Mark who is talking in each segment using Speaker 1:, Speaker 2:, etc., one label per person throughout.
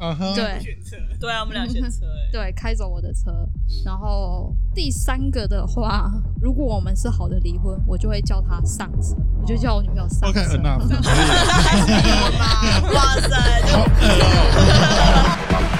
Speaker 1: 嗯哼，
Speaker 2: 对
Speaker 3: 选车，对啊，我们俩选车、欸，
Speaker 2: 对，开走我的车。然后第三个的话，如果我们是好的离婚，我就会叫他上车，我就叫我女朋友上
Speaker 1: ，OK
Speaker 2: 车。
Speaker 1: enough，
Speaker 3: 那还是你吧，哇塞，就
Speaker 1: 好恶哦。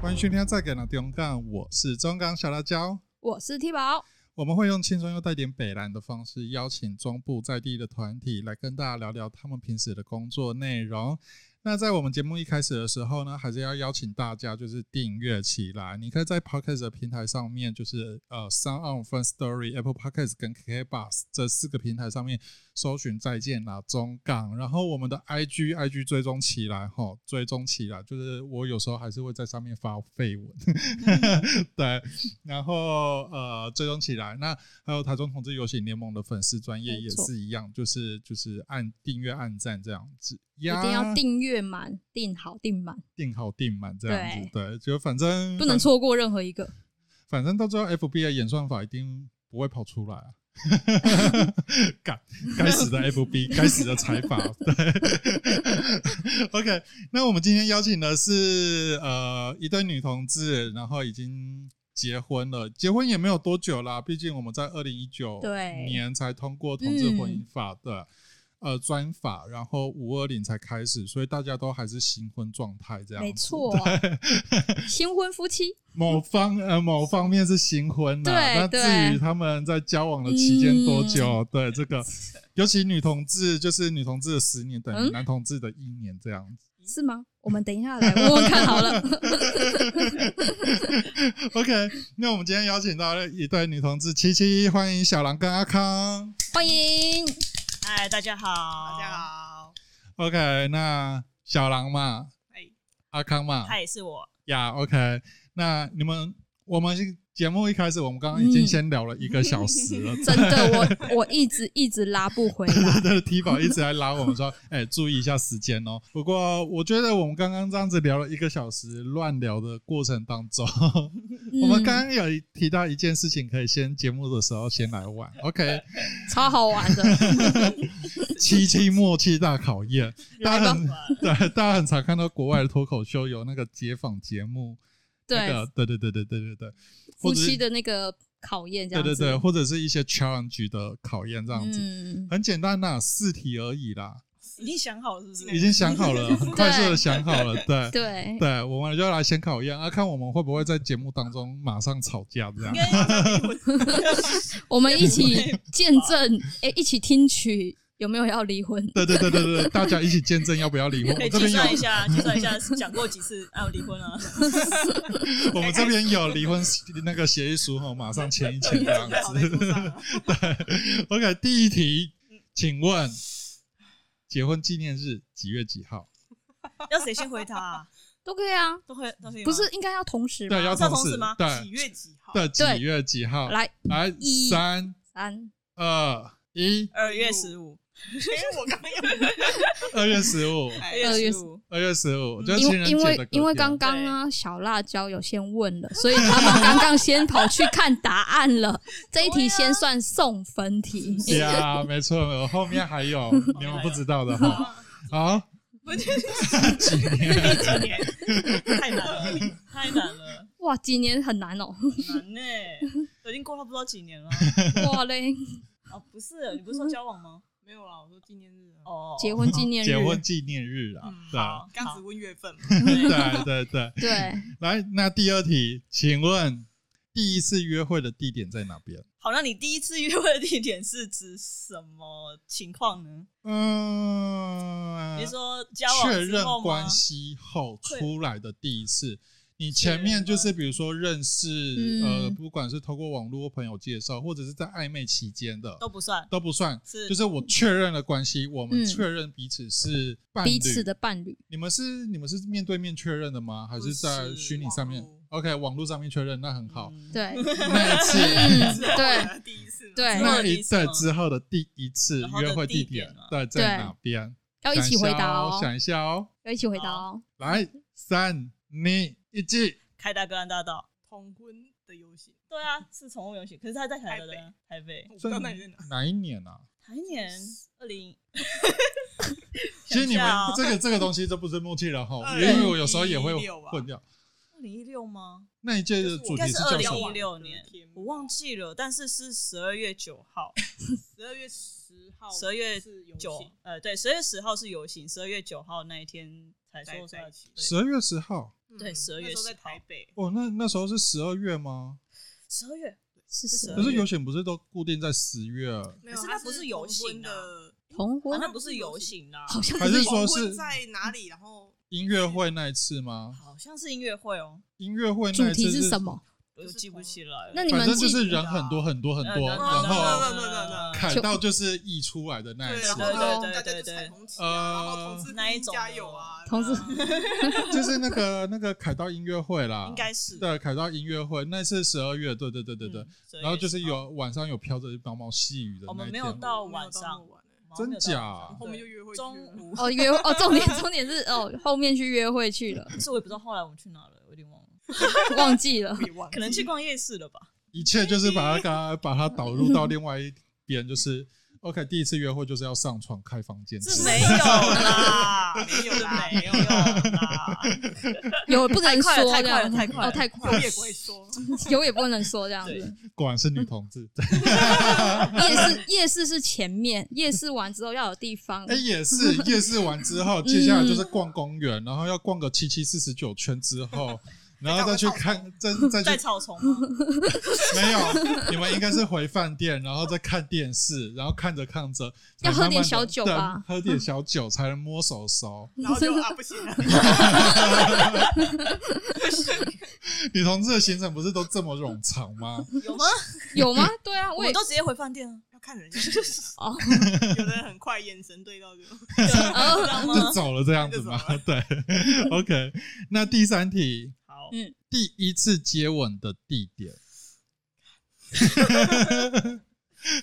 Speaker 1: 欢迎收听《再给了中港》，我是中港小辣椒。
Speaker 2: 我是 T 宝，
Speaker 1: 我们会用轻松又带点北蓝的方式，邀请中部在地的团体来跟大家聊聊他们平时的工作内容。那在我们节目一开始的时候呢，还是要邀请大家就是订阅起来。你可以在 Podcast 的平台上面，就是呃 Sound On、Fun Story、Apple Podcast 跟 KK Bus 这四个平台上面搜寻“再见啦中港”，然后我们的 IG IG 追踪起来吼，追踪起来。就是我有时候还是会在上面发绯闻，
Speaker 2: 嗯
Speaker 1: 对，然后呃追踪起来。那还有台中同志游行联盟的粉丝专业
Speaker 2: 没
Speaker 1: 也
Speaker 2: 错
Speaker 1: 是一样，就是就是按订阅按赞这样子，一
Speaker 2: 一定要订阅满，订好订满，
Speaker 1: 订好订满这样子，对，就反正
Speaker 2: 不能
Speaker 1: 反，
Speaker 2: 错过任何一个。
Speaker 1: 反正到最后 FB 的演算法一定不会跑出来 啊。该该死的 FB，该死的财阀。对 ，OK，那我们今天邀请的是呃一对女同志，然后已经结婚了，结婚也没有多久啦，毕竟我们在二零一九
Speaker 2: 对
Speaker 1: 年才通过同志婚姻法的、呃专法，然后五二零才开始，所以大家都还是新婚状态这样子。
Speaker 2: 没错，啊新婚夫妻
Speaker 1: 某方呃某方面是新婚的，
Speaker 2: 对
Speaker 1: 那
Speaker 2: 对嗯
Speaker 1: 至于他们在交往的期间多久，对这个，尤其女同志就是女同志的十年等于
Speaker 2: 嗯
Speaker 1: 男同志的一年这样子。
Speaker 2: 是吗？我们等一下来问问看好了。
Speaker 1: OK，那我们今天邀请到了一对女同志七七，欢迎小狼跟阿康。
Speaker 2: 欢迎，
Speaker 3: 哎，大家好，大
Speaker 4: 家
Speaker 3: 好，
Speaker 1: OK，那小狼嘛
Speaker 3: 哎，
Speaker 1: 阿康嘛，
Speaker 3: 他也是我，
Speaker 1: 呀、o k 那你们我们节目一开始，我们刚刚已经
Speaker 2: 嗯
Speaker 1: 先聊了一个小时 了，
Speaker 2: 真的， 我我一直一直拉不回来。
Speaker 1: 对 t 宝一直来拉我们说，哎、注意一下时间哦。不过我觉得我们刚刚这样子聊了一个小时，乱聊的过程当中， 我们
Speaker 2: 嗯
Speaker 1: 刚刚有提到一件事情，可以先节目的时候先来玩。OK，
Speaker 2: 超好玩的，
Speaker 1: 七七默契大考验，大家
Speaker 2: 吧
Speaker 1: 很对， 大家很常看到国外的脱口秀有那个街访节目，
Speaker 2: 对
Speaker 1: 那个对对对对对对对，
Speaker 2: 夫
Speaker 1: 或者是
Speaker 2: 妻的那个考验这
Speaker 1: 对
Speaker 2: 样
Speaker 1: 对
Speaker 2: 子。
Speaker 1: 对，或者是一些 challenge 的考验这样子，
Speaker 2: 嗯，
Speaker 1: 很简单呐、四题而已啦。
Speaker 3: 已经想好了是不是？
Speaker 1: 已经想好了，很快速的想好 了，对
Speaker 2: 对，
Speaker 1: 对，我们就来先考验啊，看我们会不会在节目当中马上吵架这样
Speaker 3: 应。该要离婚
Speaker 2: 我们一起见证，哎，一起听取有没有要离婚？
Speaker 1: 对对对对对，大家一起见证要不要离婚。
Speaker 3: 可
Speaker 1: 我
Speaker 3: 以计
Speaker 1: 这边
Speaker 3: 算一
Speaker 1: 有，
Speaker 3: 下，计算一下讲过几次啊，我离婚了，
Speaker 1: 我们这边有离婚那个协议书哈，马上签一签这
Speaker 3: 准
Speaker 1: 样
Speaker 3: 备 好在桌
Speaker 1: 子。
Speaker 3: 上 了。
Speaker 1: OK，第一题，请问结婚纪念日几月几号？
Speaker 3: 要谁先回答啊？
Speaker 2: 都可以啊，
Speaker 3: 都会都是
Speaker 2: 不是应该要同时吗？
Speaker 1: 对，要
Speaker 3: 是要
Speaker 1: 同
Speaker 3: 同
Speaker 1: 时
Speaker 3: 时吗？
Speaker 1: 对
Speaker 4: 月几号
Speaker 1: 对，啊
Speaker 2: 对
Speaker 1: 几月几号？
Speaker 2: 来
Speaker 1: 来，
Speaker 2: 一
Speaker 1: 三
Speaker 2: 三，
Speaker 1: 二一，
Speaker 3: 二月十五，
Speaker 4: 哎，我刚刚有
Speaker 1: 二月十五，
Speaker 3: 二
Speaker 4: 哎，
Speaker 3: 月
Speaker 2: 月
Speaker 3: 十五，
Speaker 1: 二月十五，就是
Speaker 2: 因
Speaker 1: 情
Speaker 2: 为
Speaker 1: 人
Speaker 2: 因
Speaker 1: 节的
Speaker 2: 为
Speaker 1: 隔
Speaker 2: 因为
Speaker 1: 天
Speaker 2: 刚刚啊，小辣椒有先问了，所以他们刚刚先跑去看答 案了。这一题先算送分题，
Speaker 1: 啊 呀，没错，我后面还有你们不知道的哈。好，
Speaker 3: 不是几年？太难了，太难了，
Speaker 2: 哇，几年很难 哦，
Speaker 3: 很难呢、都已经过了不知道几年了。
Speaker 2: 哇嘞，
Speaker 3: 哦，不是，你不是说交往吗？
Speaker 4: 没有啦，我说纪念日啊，
Speaker 3: 哦，
Speaker 2: 结婚纪念日，
Speaker 1: 结婚纪念日啊
Speaker 3: 嗯，
Speaker 1: 对
Speaker 3: 好，
Speaker 4: 刚只
Speaker 3: 好
Speaker 4: 问月份嘛，
Speaker 1: 对对对。
Speaker 2: 对，
Speaker 1: 来，那第二题，请问第一次约会的地点在哪边？
Speaker 3: 好，那你第一次约会的地点是指什么情况呢？
Speaker 1: 嗯，
Speaker 3: 比如说交往
Speaker 1: 确
Speaker 3: 之
Speaker 1: 认
Speaker 3: 后吗
Speaker 1: 关？系后出来的第一次。你前面就是比如说认识，
Speaker 2: 嗯
Speaker 1: 呃，不管是透过网络或朋友介绍，或者是在暧昧期间的，
Speaker 3: 嗯都不算，
Speaker 1: 都不算。
Speaker 3: 是
Speaker 1: 就是我确认了关系，我们
Speaker 2: 嗯
Speaker 1: 确认彼此是伴侣，
Speaker 2: 彼此的伴侣，
Speaker 1: 你们是你们是面对面确认的吗？还是在虚拟上面
Speaker 4: 网络
Speaker 1: ？OK，网络上面确认，那很好。
Speaker 3: 嗯，
Speaker 2: 对，
Speaker 1: 那 一
Speaker 2: 嗯
Speaker 1: 次，，
Speaker 2: 对，
Speaker 4: 第一次嘛
Speaker 2: 对
Speaker 1: 那一
Speaker 3: 之后的第一次
Speaker 1: 对
Speaker 3: 吗
Speaker 1: 之后的第一次约会地点
Speaker 3: 然后，
Speaker 1: 对，在哪边？
Speaker 2: 要一起回答哦，
Speaker 1: 想一下哦。
Speaker 2: 要一起回答哦，
Speaker 1: 来，三、二、一，记。
Speaker 3: 开大哥安大道，
Speaker 4: 同婚的游行，
Speaker 3: 对啊，是宠物游行，可是他在台的台北，
Speaker 4: 我不知
Speaker 1: 这
Speaker 4: 道那里在哪。
Speaker 1: 哪一年啊？
Speaker 3: 台年二零，
Speaker 1: 其实你们
Speaker 3: 想一下哦
Speaker 1: 这个这个东西，这不是默契了哈，因
Speaker 4: 2016
Speaker 1: 为我有时候也会
Speaker 4: 吧
Speaker 1: 混掉。
Speaker 3: 二零一六吗？
Speaker 1: 那一届的
Speaker 4: 就是我
Speaker 1: 主
Speaker 3: 应
Speaker 1: 题
Speaker 3: 该是
Speaker 1: 是
Speaker 3: 二
Speaker 1: 叫
Speaker 3: 零
Speaker 1: 什
Speaker 3: 一
Speaker 1: 么？
Speaker 3: 六年，我忘记了，但是是十二月九号，
Speaker 4: 十二月十号，
Speaker 3: 12月
Speaker 4: 是游
Speaker 3: 九
Speaker 4: 行，
Speaker 3: 呃，对，十二月十号是游行，十二月九号那一天才
Speaker 4: 在
Speaker 3: 说出
Speaker 4: 在
Speaker 3: 来
Speaker 4: 一。起，
Speaker 1: 十二月十号
Speaker 3: 对
Speaker 4: 嗯
Speaker 3: 12月
Speaker 4: 那时候在
Speaker 3: 10号
Speaker 4: 台北，啊
Speaker 1: 哦，那那时候是十二月吗？
Speaker 3: 十二月
Speaker 2: 是
Speaker 3: 是
Speaker 2: 是
Speaker 1: 可是游选不是都固定在十月？啊
Speaker 4: 没
Speaker 3: 可
Speaker 4: 有，
Speaker 3: 是
Speaker 4: 它
Speaker 3: 那不是
Speaker 4: 是
Speaker 3: 游
Speaker 4: 同
Speaker 3: 行
Speaker 4: 婚
Speaker 3: 啊
Speaker 4: 的，
Speaker 2: 同
Speaker 3: 好
Speaker 2: 婚
Speaker 3: 像不是游行
Speaker 4: 啊
Speaker 3: 啦，
Speaker 2: 好像
Speaker 1: 还是说
Speaker 4: 同
Speaker 1: 是
Speaker 4: 婚在哪里？然后
Speaker 1: 音乐会那一次吗？
Speaker 3: 好像是音乐会哦，
Speaker 1: 音乐会
Speaker 2: 主
Speaker 1: 那一
Speaker 2: 题
Speaker 1: 次
Speaker 2: 是什？么？
Speaker 3: 我
Speaker 4: 就是
Speaker 3: 记不
Speaker 4: 同
Speaker 3: 起来了。
Speaker 2: 那你
Speaker 1: 反
Speaker 2: 们
Speaker 1: 正
Speaker 2: 记
Speaker 1: 就是
Speaker 2: 得
Speaker 1: 人很多很多很多，
Speaker 3: 呃
Speaker 1: 啊然
Speaker 4: 那那
Speaker 1: 后
Speaker 4: 那那
Speaker 1: 砍到就是溢出来的那一
Speaker 4: 对，然
Speaker 1: 次
Speaker 4: 后，
Speaker 3: 对啊对
Speaker 4: 大家
Speaker 3: 对
Speaker 4: 就
Speaker 3: 对
Speaker 4: 彩虹旗
Speaker 1: 呃
Speaker 4: 啊，然后同志
Speaker 3: 那一种
Speaker 4: 加
Speaker 3: 的
Speaker 4: 油啊，
Speaker 2: 同志
Speaker 4: 对 啊
Speaker 1: 就是那个那个凯道音乐会啦，
Speaker 3: 应该是嗯
Speaker 1: 对凯道音乐会那次十二月，对对对对对，
Speaker 3: 对啊
Speaker 1: 然后就是有晚上有飘着毛毛细雨的
Speaker 3: 我
Speaker 1: 那
Speaker 3: 们
Speaker 1: 一
Speaker 3: 没
Speaker 1: 天
Speaker 3: 有
Speaker 1: 嘛，
Speaker 3: 到
Speaker 4: 没有
Speaker 3: 晚
Speaker 4: 那么
Speaker 3: 上，
Speaker 4: 晚欸
Speaker 3: 我们没有到晚上
Speaker 1: 真假
Speaker 4: 后面就约会
Speaker 3: 对
Speaker 4: 去了
Speaker 3: 中 午，
Speaker 2: 哦，约哦，重点重点是哦，后面去约会去了，
Speaker 3: 可是我也不知道后来我们去哪了，我有点忘了，
Speaker 2: 忘记了。
Speaker 4: 别忘记，
Speaker 3: 可能去逛夜市了吧？
Speaker 1: 一切就是把它刚把它导入到另外一边，就是 OK，第一次约会就是要上床开房间之
Speaker 3: 是
Speaker 1: 类
Speaker 3: 没
Speaker 1: 的，
Speaker 3: 有啦，
Speaker 4: 没有啦
Speaker 3: 是没有啦，
Speaker 2: 有不能
Speaker 3: 快了
Speaker 2: 说
Speaker 3: 太
Speaker 2: 这
Speaker 3: 快了
Speaker 2: 样，
Speaker 3: 太快了
Speaker 2: 哦，太
Speaker 4: 我
Speaker 2: 快了
Speaker 4: 也，不会 说，
Speaker 2: 有也不能说这样子。
Speaker 3: 对
Speaker 2: 夜
Speaker 1: 果然是女同志。
Speaker 2: 市夜市是前面，夜市完之后要有地方
Speaker 1: 哎，，也是夜市完之 后，接下来就是
Speaker 2: 嗯
Speaker 1: 逛公园，然后要逛个七七四十九圈之 后。然后再去看，再再
Speaker 3: 在
Speaker 1: 去
Speaker 3: 草丛吗？
Speaker 1: 没 有，你们应该是回饭店，然后再看电视，然后看着看着，
Speaker 2: 要喝
Speaker 1: 才慢慢地
Speaker 2: 点小酒吧
Speaker 1: 对喝点小酒才能摸手手。
Speaker 4: 然后就啊不行了，
Speaker 1: 女同志的行程不是都这么冗长吗？
Speaker 3: 有吗？
Speaker 2: 有吗？对啊，
Speaker 3: 我
Speaker 2: 我也
Speaker 3: 们都直接回饭店啊了，
Speaker 4: 要看人，
Speaker 2: 哦，
Speaker 4: 有的人很快眼神对到就
Speaker 3: 知
Speaker 2: 呃
Speaker 3: 道
Speaker 2: 嗯
Speaker 1: 就
Speaker 3: 吗？
Speaker 1: 走了这样子吗？ 对，OK。那第三题，
Speaker 3: 好，
Speaker 1: 第一次接吻的地点，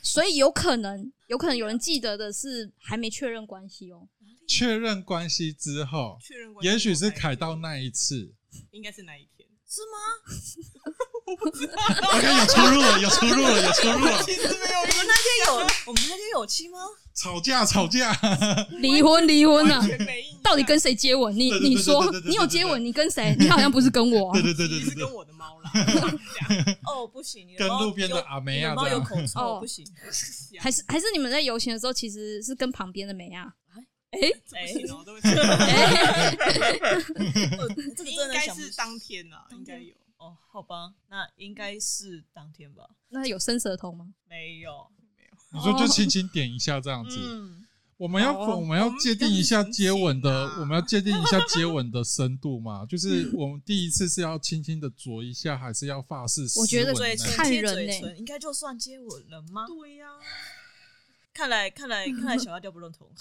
Speaker 2: 所以有可能，有可能有人记得的是还没确认关系哦。
Speaker 1: 确认关系之后，
Speaker 4: 确认关系，
Speaker 1: 也许是凯到，那一次。
Speaker 4: 应该是那一天，
Speaker 3: 是吗？
Speaker 1: OK，有出入了，有出入了，有出入了。
Speaker 4: 其实没有
Speaker 3: 我们那天有我们那天有亲吗？
Speaker 1: 吵架，吵架。
Speaker 2: 离婚，离婚啊！
Speaker 4: 完全没印象，
Speaker 2: 到底跟谁接吻？你
Speaker 1: 对对对
Speaker 2: 你
Speaker 1: 对
Speaker 2: 说
Speaker 1: 对对对对
Speaker 2: 你有接吻，你跟谁？ 你好像不是跟我啊
Speaker 1: 对。对对对
Speaker 4: 其实
Speaker 1: 对
Speaker 4: 是跟
Speaker 1: 对。
Speaker 4: 我的猫啦，这样
Speaker 3: 哦，不行，你
Speaker 1: 跟
Speaker 3: 猫
Speaker 1: 路边的
Speaker 3: 有
Speaker 1: 阿梅
Speaker 3: 你
Speaker 1: 啊
Speaker 3: 的猫
Speaker 1: 这
Speaker 3: 有
Speaker 1: 样
Speaker 3: 口臭，
Speaker 2: 哦
Speaker 3: 不行。
Speaker 2: 还是还是你们在游行的时候，其实是跟旁边的美啊？
Speaker 4: 这
Speaker 3: 哎
Speaker 4: 不行哦，都会
Speaker 3: 我这个
Speaker 4: 应
Speaker 3: 真的
Speaker 4: 该
Speaker 3: 想不
Speaker 4: 是
Speaker 3: 起
Speaker 4: 当天啦，应该有，
Speaker 3: 哦，好吧，那应该是当天吧？
Speaker 2: 那有伸舌头吗？
Speaker 3: 没有，
Speaker 1: 你说就轻轻点一下这样子。
Speaker 3: 嗯，
Speaker 1: 我们要
Speaker 4: 好啊
Speaker 1: 我们要界定一下接吻
Speaker 4: 我
Speaker 1: 的
Speaker 4: 们这样，很
Speaker 1: 我们要界定一下接吻的深度嘛？就是我们第一次是要轻轻的啄一下，还是要发式斯
Speaker 2: 我觉得
Speaker 1: 文
Speaker 3: 嘴
Speaker 1: 呢
Speaker 3: 唇
Speaker 2: 看
Speaker 3: 贴
Speaker 2: 人
Speaker 3: 嘴
Speaker 2: 呢
Speaker 3: 唇，应该就算接吻了吗？
Speaker 4: 对呀，
Speaker 3: 看来看来看来小辣椒不认同，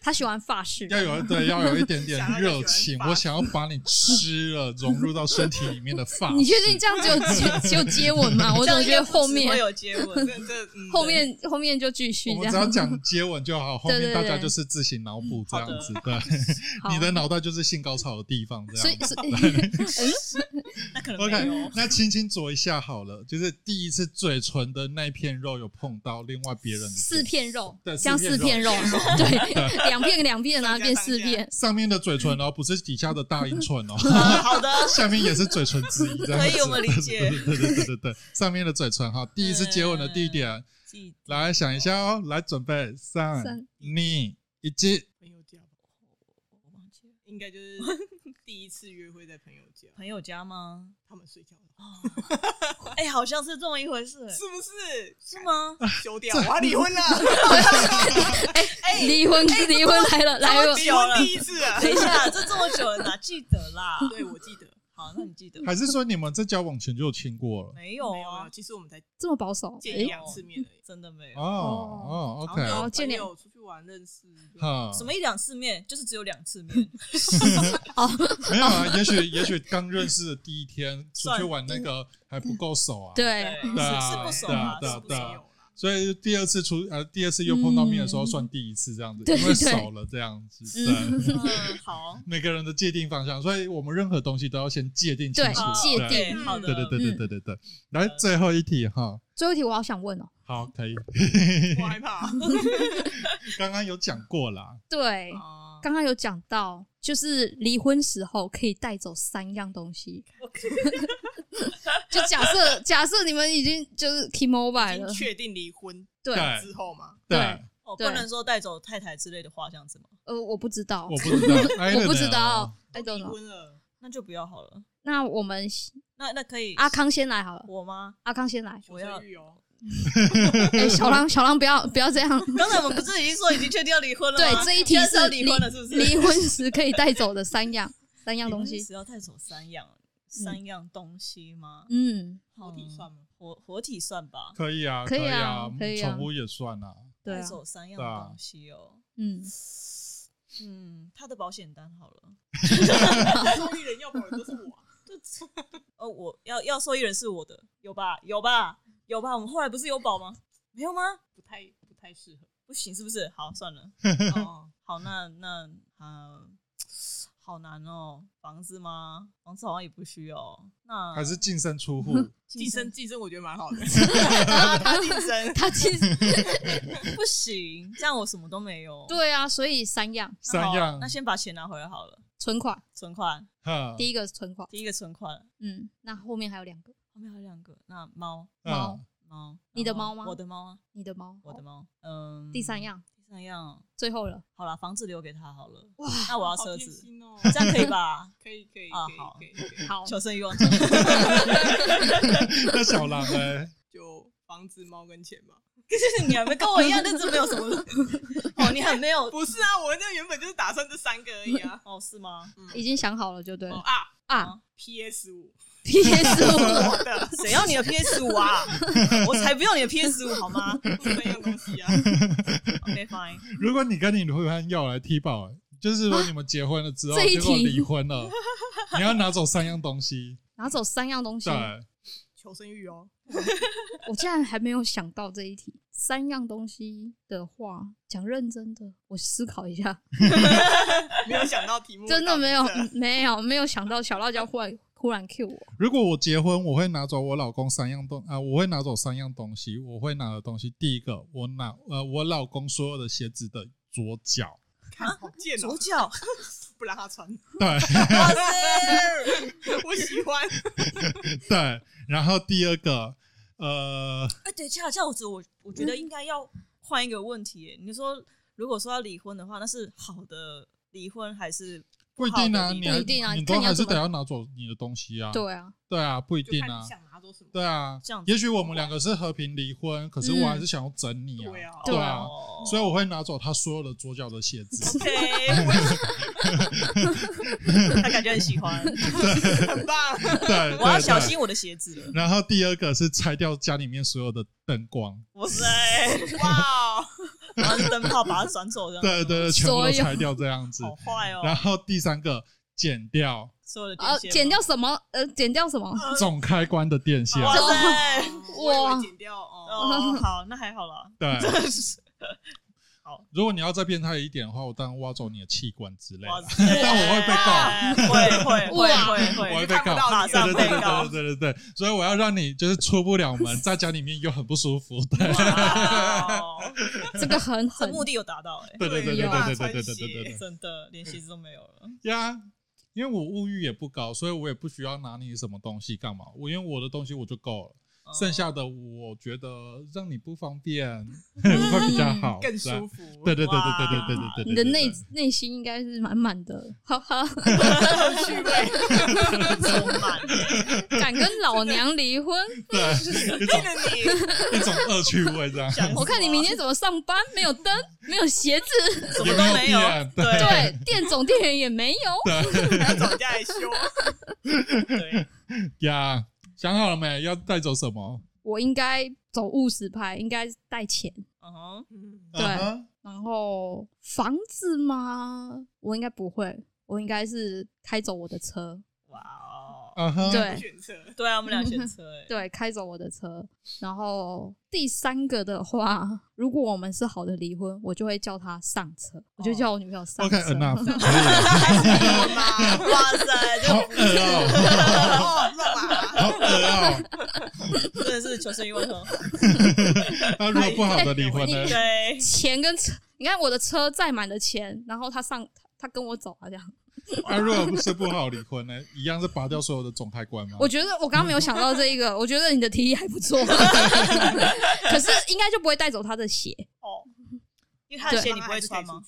Speaker 2: 他喜欢发饰，。
Speaker 1: 要有对，要有一点点
Speaker 4: 想要
Speaker 1: 热
Speaker 4: 有
Speaker 1: 情
Speaker 4: 人，把
Speaker 1: 我想要把你吃了，融入到身体里面的发
Speaker 2: 你确定
Speaker 1: 定？
Speaker 2: 这样只有 只只有接吻吗？我
Speaker 3: 这
Speaker 2: 总
Speaker 3: 样应
Speaker 2: 觉
Speaker 3: 该
Speaker 2: 得
Speaker 3: 不
Speaker 2: 后
Speaker 3: 只
Speaker 2: 面
Speaker 3: 会有接吻。
Speaker 4: 这这嗯
Speaker 2: 后面后面就继续
Speaker 1: 我
Speaker 2: 这
Speaker 1: 们只要
Speaker 2: 样。
Speaker 1: 讲接吻就好，后
Speaker 2: 对
Speaker 1: 面
Speaker 2: 对
Speaker 1: 大家
Speaker 2: 对
Speaker 1: 就是自行脑补这样子。对，
Speaker 2: 好，
Speaker 1: 你的脑袋就是性高潮的地方，这
Speaker 2: 所以
Speaker 1: 样。
Speaker 2: 所以
Speaker 3: 那可能
Speaker 1: OK，
Speaker 3: 没有。
Speaker 1: 那轻轻啄一下好了，就是第一次嘴唇的那片肉有碰到另外别人的
Speaker 2: 四
Speaker 1: 嘴，
Speaker 2: 片肉
Speaker 1: 对，
Speaker 2: 像
Speaker 1: 四
Speaker 2: 四
Speaker 1: 片
Speaker 2: 片肉， 对，两片两片啊，
Speaker 4: 上下
Speaker 2: 变
Speaker 4: 上
Speaker 2: 四
Speaker 4: 下
Speaker 2: 片。
Speaker 1: 上面的嘴 唇哦，不是底下的大阴唇哦，
Speaker 3: 呃好的，
Speaker 1: 下面也是嘴唇之一，这样
Speaker 3: 可以
Speaker 1: 子
Speaker 3: 我们理解
Speaker 1: 对对对对对对，上面的嘴唇哈，第一次接吻的地点。
Speaker 3: 记
Speaker 1: 来想一下哦，来准备三
Speaker 2: 三、
Speaker 1: 你以及
Speaker 4: 朋友家吧，
Speaker 3: 我忘记了
Speaker 4: 应该就是 第一次约会在朋友家，
Speaker 3: 朋友家吗？
Speaker 4: 他们睡觉了，
Speaker 3: 哎，好像是这么一回事，
Speaker 4: 是不是？
Speaker 3: 是 吗？
Speaker 4: 休掉，我要离婚了，
Speaker 3: 哎
Speaker 2: 离婚离婚来了来了，
Speaker 4: 离婚第一次啊！
Speaker 3: 等一下，这这么久了哪记得 啦？
Speaker 4: 对，我记得
Speaker 3: 好，那你记得
Speaker 1: 还是说你们在交往前就亲过了？
Speaker 3: 没有
Speaker 4: 没有没
Speaker 3: 啊
Speaker 2: 哦
Speaker 4: 有，？其实我们才
Speaker 2: 这么保守，哎
Speaker 4: 见一
Speaker 2: 诶，
Speaker 4: 两次面而已。
Speaker 3: 真的没有。
Speaker 1: 哦哦，OK，
Speaker 4: 然后
Speaker 2: 哦见
Speaker 4: 朋
Speaker 2: 面
Speaker 4: 友出去玩认识，
Speaker 1: 哈，
Speaker 3: 什么一两次面，就是只有两次面，
Speaker 2: 哦
Speaker 1: 没有啊？也许也许刚认识的第一天出去玩那个还不够熟啊，
Speaker 2: 对，
Speaker 3: 是
Speaker 1: 对啊
Speaker 3: 是不熟
Speaker 1: 对啊
Speaker 3: 啊，
Speaker 1: 对
Speaker 3: 是
Speaker 1: 啊
Speaker 3: 不
Speaker 1: 对
Speaker 3: 熟
Speaker 1: 啊
Speaker 4: 没有啦，
Speaker 1: 所以第二次出呃第二次又碰到面的时候
Speaker 2: 嗯
Speaker 1: 算第一次这样子，
Speaker 2: 对
Speaker 1: 因为
Speaker 2: 对
Speaker 1: 少了这样子，
Speaker 2: 嗯
Speaker 1: 对。
Speaker 4: 嗯， 好，
Speaker 1: 每个人的界定方向，所以我们任何东西都要先界定清
Speaker 2: 对
Speaker 1: 楚。
Speaker 2: 界
Speaker 3: 啊
Speaker 1: 对
Speaker 2: 定
Speaker 4: 好的，
Speaker 1: 对对对对
Speaker 2: 嗯
Speaker 1: 对对对。来最后一题哈，
Speaker 2: 最后一题我好想问哦，
Speaker 1: 好，可以。
Speaker 4: 我 害怕。
Speaker 1: 刚刚有讲过啦，
Speaker 2: 对，
Speaker 4: 哦
Speaker 2: 刚刚有讲到，就是离婚时候可以带走三样东西。 就假设假设你们已经就是 k i m o b i
Speaker 4: 已
Speaker 2: l 了
Speaker 4: 经，确定离婚
Speaker 2: 对，
Speaker 1: 对
Speaker 4: 之后吗？
Speaker 1: 对，
Speaker 2: 对
Speaker 3: 哦，不
Speaker 2: 对
Speaker 3: 能说带走太太之类的话，这样子吗？
Speaker 2: 呃，我不知道，
Speaker 1: 我不 知道，I 哎
Speaker 2: 我不
Speaker 1: don't
Speaker 2: 知
Speaker 1: know
Speaker 2: 道。，I don't
Speaker 4: 离
Speaker 2: know。
Speaker 4: 婚了，
Speaker 3: 那就不要好了。
Speaker 2: 那我们
Speaker 3: 那那可以
Speaker 2: 阿啊康先来好了，
Speaker 3: 我吗？
Speaker 2: 阿康先来。
Speaker 4: 求
Speaker 3: 我要
Speaker 4: 生欲哦，
Speaker 2: 哎，小狼小狼不要不要这样。
Speaker 3: 刚才我们不是已经说已经确定要离婚了吗？
Speaker 2: 对，这一题
Speaker 3: 现在
Speaker 2: 是
Speaker 3: 要
Speaker 2: 离
Speaker 3: 离婚了，是不是？
Speaker 2: 离婚时可以带走的三样 三样东西。
Speaker 3: 只要带走三样，三样东西吗？
Speaker 2: 嗯，
Speaker 4: 活体算吗？
Speaker 3: 活活体算吧，
Speaker 1: 可以啊，
Speaker 2: 可以
Speaker 1: 以
Speaker 2: 啊可以啊
Speaker 1: 宠物也算啊。
Speaker 2: 对
Speaker 3: 带
Speaker 2: 啊，
Speaker 3: 走三样
Speaker 1: 对啊
Speaker 3: 东西哦。
Speaker 2: 嗯，
Speaker 3: 嗯，他的保险单好了。
Speaker 4: 受益人要保的都是我啊，
Speaker 3: 哦，我要要受益人是我的，有吧？有吧？有吧？我们后来不是有保吗？没有吗？
Speaker 4: 不太不太适合。
Speaker 3: 不行，是不是？好，算了。
Speaker 4: 啊
Speaker 3: 哦，好，那那啊、好难哦。房子吗？房子好像也不需要。那
Speaker 1: 还是净身出户，
Speaker 4: 寄生寄生，我觉得蛮好的。
Speaker 3: 他竞争
Speaker 2: 他其实
Speaker 3: 不行，这样我什么都没有。
Speaker 2: 对啊，所以三样
Speaker 3: 那好，
Speaker 1: 三样
Speaker 3: 那。先把钱拿回来好了。
Speaker 2: 存款，
Speaker 3: 存款，
Speaker 1: 哈
Speaker 2: 第一个是存款。
Speaker 3: 第一个存款，
Speaker 2: 嗯，那后面还有两个
Speaker 3: 后面还有两个。那猫，
Speaker 2: 猫，
Speaker 1: 嗯
Speaker 3: 猫，
Speaker 2: 你的
Speaker 3: 然后
Speaker 2: 猫吗
Speaker 3: 我的猫啊，
Speaker 2: 你的猫，
Speaker 3: 我的猫。嗯，
Speaker 2: 第三，样，
Speaker 3: 第三样，
Speaker 2: 最后了，
Speaker 3: 好了，房子留给他好了。嗯
Speaker 2: 哇，
Speaker 3: 那我要
Speaker 4: 好
Speaker 3: 车
Speaker 4: 贴
Speaker 3: 子，
Speaker 4: 心哦，
Speaker 3: 这样可以吧？
Speaker 4: 可以可以
Speaker 3: 啊
Speaker 4: 可以
Speaker 3: 好
Speaker 4: 可以可 以，
Speaker 2: 好，
Speaker 3: 求生欲 望，
Speaker 1: 那小狼呢？
Speaker 4: 就房子、猫跟钱吧。
Speaker 3: 你还没跟我一样认真，没有什 么哦，你很没有
Speaker 4: 不是啊，我那原本就是打算这三个而已 啊。
Speaker 3: 哦，是吗？
Speaker 4: 嗯
Speaker 2: 已经想好了就对
Speaker 4: 哦
Speaker 2: 了
Speaker 4: 啊
Speaker 2: 啊
Speaker 4: ，PS 五，
Speaker 2: ，PS 五，
Speaker 4: 我的，
Speaker 3: 谁要你的 PS 五啊？我才不要你的 PS 五好吗
Speaker 4: 不是一样东西啊。
Speaker 3: ？OK fine，
Speaker 1: 如果你跟你女朋友来踢爆、欸，就是说你们结婚了之后，
Speaker 2: 啊这一
Speaker 1: 结果
Speaker 2: 题
Speaker 1: 离婚了，你要拿走三样东 西。
Speaker 2: 拿走三样东西
Speaker 1: 对，，
Speaker 4: 求生欲哦，
Speaker 2: 我竟然还没有想到这一题。三样东西的话，讲认真的，我思考一下，
Speaker 4: 没有想到题目
Speaker 2: 真的没有
Speaker 4: 到底 是，
Speaker 2: 没有，没有想到小辣椒忽然忽然 Q 我，
Speaker 1: 如果我结婚，我会拿走我老公三样东啊、我会拿走三样东西。我会拿的东西，第一个，我拿呃我老公所有的鞋子的左脚。
Speaker 4: 看好贱哦
Speaker 3: 左，脚，
Speaker 4: 不让他穿，
Speaker 1: 对
Speaker 3: 哇塞！
Speaker 4: 我喜欢。
Speaker 1: 对，然后第二个，呃，
Speaker 3: 哎，对，这样这样子，我我觉得应该要换一个问题耶。你说，如果说要离婚的话，那是好的离婚还是
Speaker 1: 不一定
Speaker 3: 好
Speaker 1: 啊，
Speaker 3: 的
Speaker 1: 你
Speaker 2: 不
Speaker 1: 还
Speaker 2: 一定啊
Speaker 1: 你
Speaker 2: 看
Speaker 1: 都
Speaker 2: 你要
Speaker 1: 还是
Speaker 2: 怎么
Speaker 1: 得要拿走你的东西啊。
Speaker 2: 对啊，
Speaker 1: 对啊，不一
Speaker 4: 就
Speaker 1: 定
Speaker 4: 看
Speaker 1: 啊
Speaker 4: 你。想拿走什么。
Speaker 1: 对啊
Speaker 3: 这样，子
Speaker 1: 也许我们两个是和平离婚，可是我还是想要整你
Speaker 4: 对啊
Speaker 1: 啊，对啊，
Speaker 3: 哦
Speaker 1: 所以我会拿走他所有的左脚的鞋子。
Speaker 3: OK，他感觉很喜欢。
Speaker 4: 很棒，
Speaker 1: 对，
Speaker 3: 我要
Speaker 1: 对
Speaker 3: 小。
Speaker 1: 对
Speaker 3: 心我的鞋子了。
Speaker 1: 然后第二个是拆掉家里面所有的灯光，
Speaker 3: 哇塞，
Speaker 4: 哇哦，
Speaker 3: 然后灯泡把它转走，这样
Speaker 1: 对对对，全部
Speaker 2: 所
Speaker 1: 都
Speaker 2: 有
Speaker 1: 拆掉这样子
Speaker 3: 好。坏
Speaker 1: 然
Speaker 3: 哦。
Speaker 1: 后第三个剪掉
Speaker 3: 所有的
Speaker 2: 呃，
Speaker 3: 电线吗
Speaker 2: 减掉什么？呃，减掉什么？
Speaker 3: 啊
Speaker 1: 总开关的电线，
Speaker 3: 哇塞！
Speaker 4: 我以为剪掉哦，
Speaker 3: 啊哦，好，那还好啦。
Speaker 1: 对。
Speaker 3: 好，
Speaker 1: 如果你要再变态一点的话，我当然挖走你的气管之类
Speaker 3: 哇
Speaker 1: 的。
Speaker 3: 塞！
Speaker 1: 但我会被 告
Speaker 3: 会会会
Speaker 1: 我会
Speaker 3: 会
Speaker 1: 被
Speaker 4: 看不
Speaker 1: 告，
Speaker 4: 到你
Speaker 1: 对
Speaker 4: 啊
Speaker 1: 对对
Speaker 3: 被
Speaker 1: 对
Speaker 3: 告
Speaker 1: 对对对对，所以我要让你就是出不了门，在家里面又很不舒服。对
Speaker 3: 会。哇哦
Speaker 2: 这个 很
Speaker 3: 这
Speaker 2: 狠，
Speaker 3: 目的有达到哎，
Speaker 1: 对对对对对对对对对对对
Speaker 3: 真的连鞋子都没有了。
Speaker 1: 对呀！因为我物欲也不高，所以我也不需要拿你什么东西干嘛。我因为我的东西我就够了，
Speaker 3: 哦
Speaker 1: 剩下的我觉得让你不方便 会比较好，
Speaker 4: 更
Speaker 1: 对啊
Speaker 4: 舒服，
Speaker 1: 对对对对对
Speaker 3: 哇
Speaker 1: 对对对对，
Speaker 2: 嗯你的内
Speaker 1: 对
Speaker 2: 内心应该是满 满的，哈哈，
Speaker 3: 充满
Speaker 2: 敢跟老娘离 婚？
Speaker 1: 对一
Speaker 4: 对
Speaker 1: 种
Speaker 4: 了你，
Speaker 1: 一种恶趣味这样，
Speaker 3: 想
Speaker 2: 我看你明天怎么上班？没有灯，没有鞋子，
Speaker 3: 什
Speaker 1: 也
Speaker 3: 么
Speaker 1: 没
Speaker 3: 都
Speaker 1: 有
Speaker 3: 没有
Speaker 1: 变，对
Speaker 3: 对
Speaker 2: 对，店总店员也没有。
Speaker 4: 要找人家来 修，
Speaker 3: 对，
Speaker 1: 呀。想好了没？要带走什么？
Speaker 2: 我应该走务实派，应该带钱，
Speaker 3: 嗯哼，
Speaker 2: 对
Speaker 1: 嗯哼
Speaker 2: 然后房子
Speaker 1: 嗯
Speaker 2: 吗？我应该不会，我应该是开走我的车，
Speaker 3: 哇哦，哦。
Speaker 1: 啊哈，
Speaker 2: 对
Speaker 4: 选车，
Speaker 3: 对啊，我们俩选车哎、
Speaker 2: 对，开走我的车。然后第三个的话，如果我们是好的离婚，我就会叫他上车，我就叫我女朋友上车。
Speaker 1: ，OK enough，
Speaker 4: 我嘛，
Speaker 3: 哇塞，
Speaker 1: 好
Speaker 3: 就
Speaker 1: 恶哦，
Speaker 4: 哦，乱嘛，
Speaker 1: 好恶哦。
Speaker 3: 真的是求生欲望 很好。
Speaker 1: 那如果不好的离婚
Speaker 3: 哎
Speaker 1: 呢？
Speaker 3: 对，
Speaker 2: 钱跟车，你看我的车载满了钱，然后他上他他跟我走啊，这样。
Speaker 1: 啊，如果不是不好离婚呢？一样是拔掉所有的总开关吗？
Speaker 2: 我觉得我刚刚没有想到这一个，我觉得你的提议还不错，可是应该就不会带走他的鞋，
Speaker 3: 哦，因为他的
Speaker 2: 对
Speaker 3: 鞋你不会穿吗？？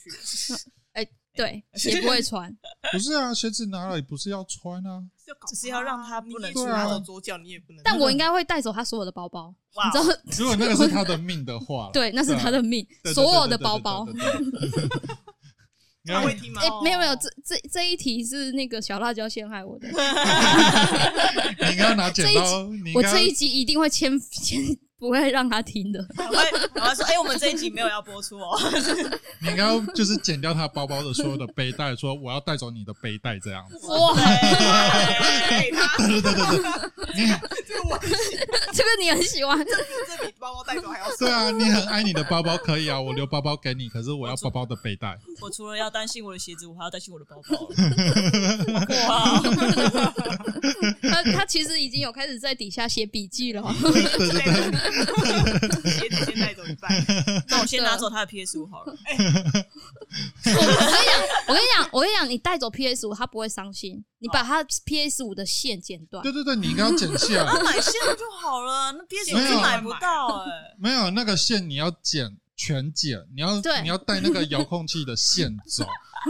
Speaker 2: 对，鞋不会穿。
Speaker 1: 不是啊，鞋子拿了也不是要穿啊。
Speaker 3: 只是要让他不 能
Speaker 4: 你也
Speaker 1: 对啊
Speaker 4: 拿走左脚，你也不能。
Speaker 2: 但我应该会带走他所有的包包，
Speaker 3: 哇
Speaker 2: 你知道？
Speaker 1: 如果那个是他的命的话，
Speaker 2: 对，那是他的命，
Speaker 1: 对，对
Speaker 2: 所有的包包。。
Speaker 1: 对对对对对对对你
Speaker 4: 他
Speaker 1: 看
Speaker 4: 会听吗
Speaker 2: 哎、？
Speaker 3: 哦
Speaker 2: 没有没有，这这这一题是那个小辣椒陷害我的。
Speaker 1: 你应该拿剪刀，你应
Speaker 2: 我
Speaker 1: 该
Speaker 2: 这一集一定会签签，不会让他 听的。
Speaker 3: 赶快赶快说，哎、我们这一集没有要播出哦。
Speaker 1: 你应该就是剪掉他包包的所有的背带，说我要带走你的背带这样子。
Speaker 2: 哇，
Speaker 3: 对
Speaker 4: 对哎他
Speaker 1: 对对对对，
Speaker 4: 这个我
Speaker 2: 这个你很喜欢，
Speaker 4: 这比包包带走还要
Speaker 1: 对啊，你很爱你的包包可以啊，我留包包给你，可是我要包包的背带。
Speaker 3: 我除了要担心我的鞋子，我还要担心我的包包。哇，
Speaker 2: 他他其实已经有开始在底下写笔记了。哦
Speaker 1: 对对对，
Speaker 4: 鞋子先带走一半，
Speaker 3: 那我先拿走他的 PS 五好了。
Speaker 2: 我跟你讲，我跟你讲，你带走 PS 五，他不会伤心。你把他 PS 五的线剪断
Speaker 1: 哦对，对对，你应该要剪下来
Speaker 3: 他。买线就好了，那 PS 五
Speaker 1: 没有啊
Speaker 3: 就买不到哎、
Speaker 1: 没有那个线，你要剪全剪，你要
Speaker 2: 对
Speaker 1: 你要带那个遥控器的线走。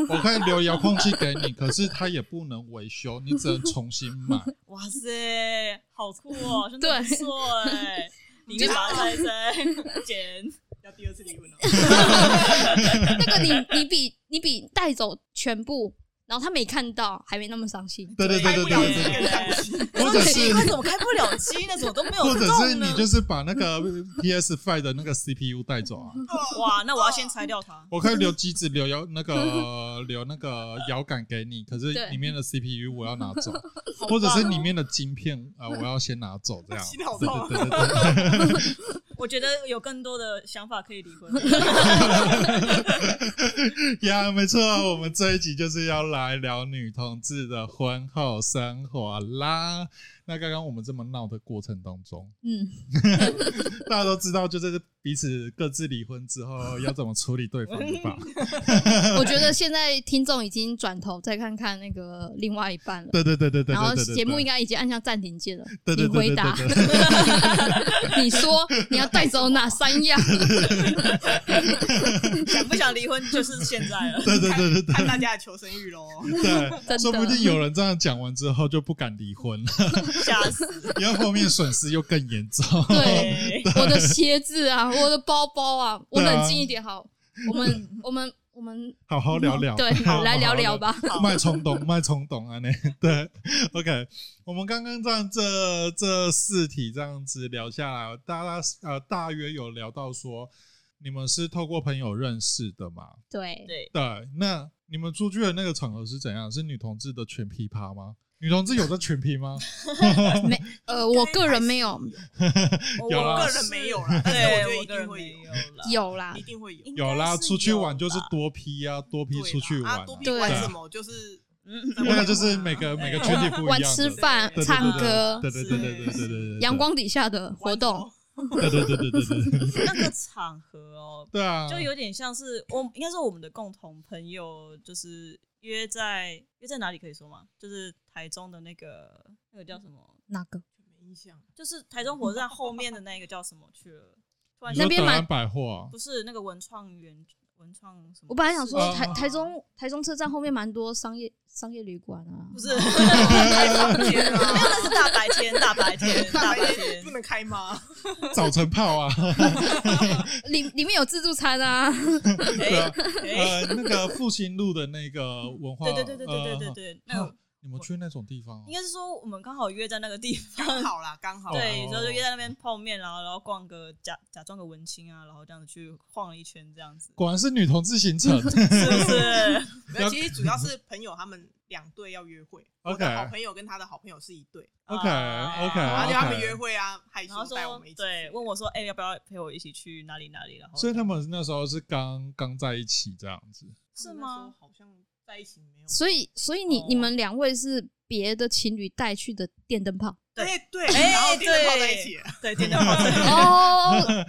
Speaker 1: 我可以留遥控器给你，可是它也不能维修，你只能重新买。
Speaker 3: 哇塞，好酷哦，真
Speaker 2: 对
Speaker 3: 的不错哎、里面把它塞一塞，剪。
Speaker 4: 要第二次离婚了。
Speaker 2: 那个你你比你比带走全部，然后他没看到，还没那么伤心。
Speaker 1: 对对对
Speaker 4: 哎
Speaker 1: 对对对对，
Speaker 3: 对
Speaker 1: 或者是
Speaker 3: 奇怪，怎么开不了机呢？怎么都没有
Speaker 1: 或者是
Speaker 3: 动
Speaker 1: 你
Speaker 3: 呢？
Speaker 1: 就是把那个 PS Five 的那个 CPU 带走啊。
Speaker 3: 哇，那我要先拆掉它。
Speaker 1: 我可以留机子，留遥那个留那个摇杆给你，可是
Speaker 2: 对
Speaker 1: 里面的 CPU 我要拿走，或者是里面的晶片啊、呃我要先拿走，这样。
Speaker 4: 心好
Speaker 1: 对
Speaker 4: 痛
Speaker 1: 对对对对，
Speaker 3: 我觉得有更多的想法可以离婚。
Speaker 1: 呀，没错，啊我们这一集就是要来聊女同志的婚后生活啦。那刚刚我们这么闹的过程当中，
Speaker 2: 嗯，
Speaker 1: 大家都知道，就是彼此各自离婚之后要怎么处理对方 吧？
Speaker 2: 我觉得现在听众已经转头再看看那个另外一半了。
Speaker 1: 对对对对对对
Speaker 2: 然后
Speaker 1: 对对，
Speaker 2: 节目应
Speaker 1: 该
Speaker 2: 该已经按下暂停键了。
Speaker 1: 对对
Speaker 2: 你
Speaker 1: 对
Speaker 2: 回
Speaker 1: 对
Speaker 2: 答，
Speaker 1: 对对对，
Speaker 2: 你说你要带走哪三样？
Speaker 3: 想不想离婚就是现在了。
Speaker 1: 对对对对对
Speaker 4: 看大家的求生欲喽。
Speaker 1: 对，
Speaker 2: 的
Speaker 1: 说不定有人这样讲完之后就不敢离婚了，
Speaker 3: 吓死！
Speaker 1: 因为后面损失又更严重。
Speaker 2: 对，
Speaker 3: 对，
Speaker 2: 我的鞋子啊，我的包 包啊，我
Speaker 1: 对啊
Speaker 2: 冷静一点好。我们我们我们
Speaker 1: 好好聊聊，
Speaker 2: 对，好来聊聊吧。
Speaker 1: 卖冲动，卖冲动啊！那对，OK，我们刚刚这样这这四题这样子聊下来，大家呃大约有聊到说，你们是透过朋友认识的嘛？
Speaker 2: 对，
Speaker 3: 对，
Speaker 1: 对，那你们出去的那个场合是怎样？是女同志的全批趴吗？女同志有在全批吗？
Speaker 2: 没呃，我个人没有
Speaker 3: 我
Speaker 1: 有
Speaker 3: 我
Speaker 1: 啦
Speaker 3: 个
Speaker 4: 个人
Speaker 3: 人没
Speaker 4: 没
Speaker 3: 有
Speaker 4: 有
Speaker 3: 啦
Speaker 4: 啦，，但是
Speaker 3: 对，我
Speaker 4: 我觉得一
Speaker 3: 个人
Speaker 4: 定会
Speaker 3: 没
Speaker 4: 有，
Speaker 3: 有啦。
Speaker 2: 有啦
Speaker 4: 一，定会有。
Speaker 1: 有啦，出去玩就是多批啊，多批
Speaker 4: 对啦
Speaker 1: 出去玩、
Speaker 4: 啊，多比
Speaker 2: 对
Speaker 4: 玩什么就是
Speaker 3: 嗯，
Speaker 1: 那个
Speaker 4: 啊
Speaker 1: 就是每个每个群体不一样的，
Speaker 2: 玩吃饭
Speaker 1: 对、对对对
Speaker 2: 唱歌、
Speaker 1: 对对对对对对对对，对
Speaker 2: 阳，光底下的活动，
Speaker 1: 对对对对对对对，
Speaker 3: 那个场合哦，
Speaker 1: 对啊，
Speaker 3: 就有点像是我应该说我们的共同朋友，就是约在约在哪里可以说吗？就是台中的那个那个叫什么？
Speaker 2: 哪个？
Speaker 4: 没印象，
Speaker 3: 就是台中火车站后面的那个叫什么去了？突然
Speaker 1: 你说
Speaker 2: 那边
Speaker 1: 德
Speaker 2: 买
Speaker 1: 安百货
Speaker 3: 不是那个文创园文创什么？
Speaker 2: 我本来想说
Speaker 1: 啊
Speaker 2: 台台中台中车站后面蛮多商业商业旅馆啊
Speaker 3: 不，是， 太常 见了，没有，那是大白天，大白天，
Speaker 4: 大
Speaker 3: 大白
Speaker 4: 白
Speaker 3: 天
Speaker 4: 天不。能 开吗？
Speaker 1: 啊，早晨泡啊，
Speaker 2: 里里面有自助餐啊，
Speaker 1: 对啊
Speaker 3: 哎，哎
Speaker 1: 呃，那个复兴路的那个文化，
Speaker 3: 对对对对对对对
Speaker 1: 呃，
Speaker 3: 对，那种
Speaker 1: 你们去那种地方哦
Speaker 3: 应，该是说我们刚好约在那个地方，
Speaker 4: 刚好啦，刚好。
Speaker 3: 对，
Speaker 1: 哦
Speaker 3: 然后就约在那边泡面，然后然后逛个假假装个文青啊，然后这样子去晃了一 圈，这样子
Speaker 1: 果然是女同志行程，
Speaker 3: 是不是？
Speaker 4: 没有，其实主要是朋友他们两对要约 会
Speaker 1: OK
Speaker 4: 我的好朋友跟他的好朋友是一对，
Speaker 1: OK
Speaker 3: 啊
Speaker 1: OK，
Speaker 4: 然后就他们
Speaker 1: OK
Speaker 4: 约会啊，害
Speaker 3: 然后
Speaker 4: 羞带我
Speaker 3: 说
Speaker 4: 们一起去，
Speaker 3: 对，问我说，哎，要不要陪我一起去哪里哪里？然后
Speaker 1: 所以他们那时候是刚刚在一起这样子。
Speaker 4: 他
Speaker 3: 是
Speaker 4: 们那时候
Speaker 3: 吗？
Speaker 4: 好像在一起没 有，
Speaker 2: 所以，所以你、
Speaker 3: 哦
Speaker 2: 你们两位是别的情侣带去的电灯泡
Speaker 4: 对对，
Speaker 3: 哎
Speaker 4: 然后电灯泡在一起，
Speaker 3: 对，电灯 泡在一起
Speaker 2: 哦，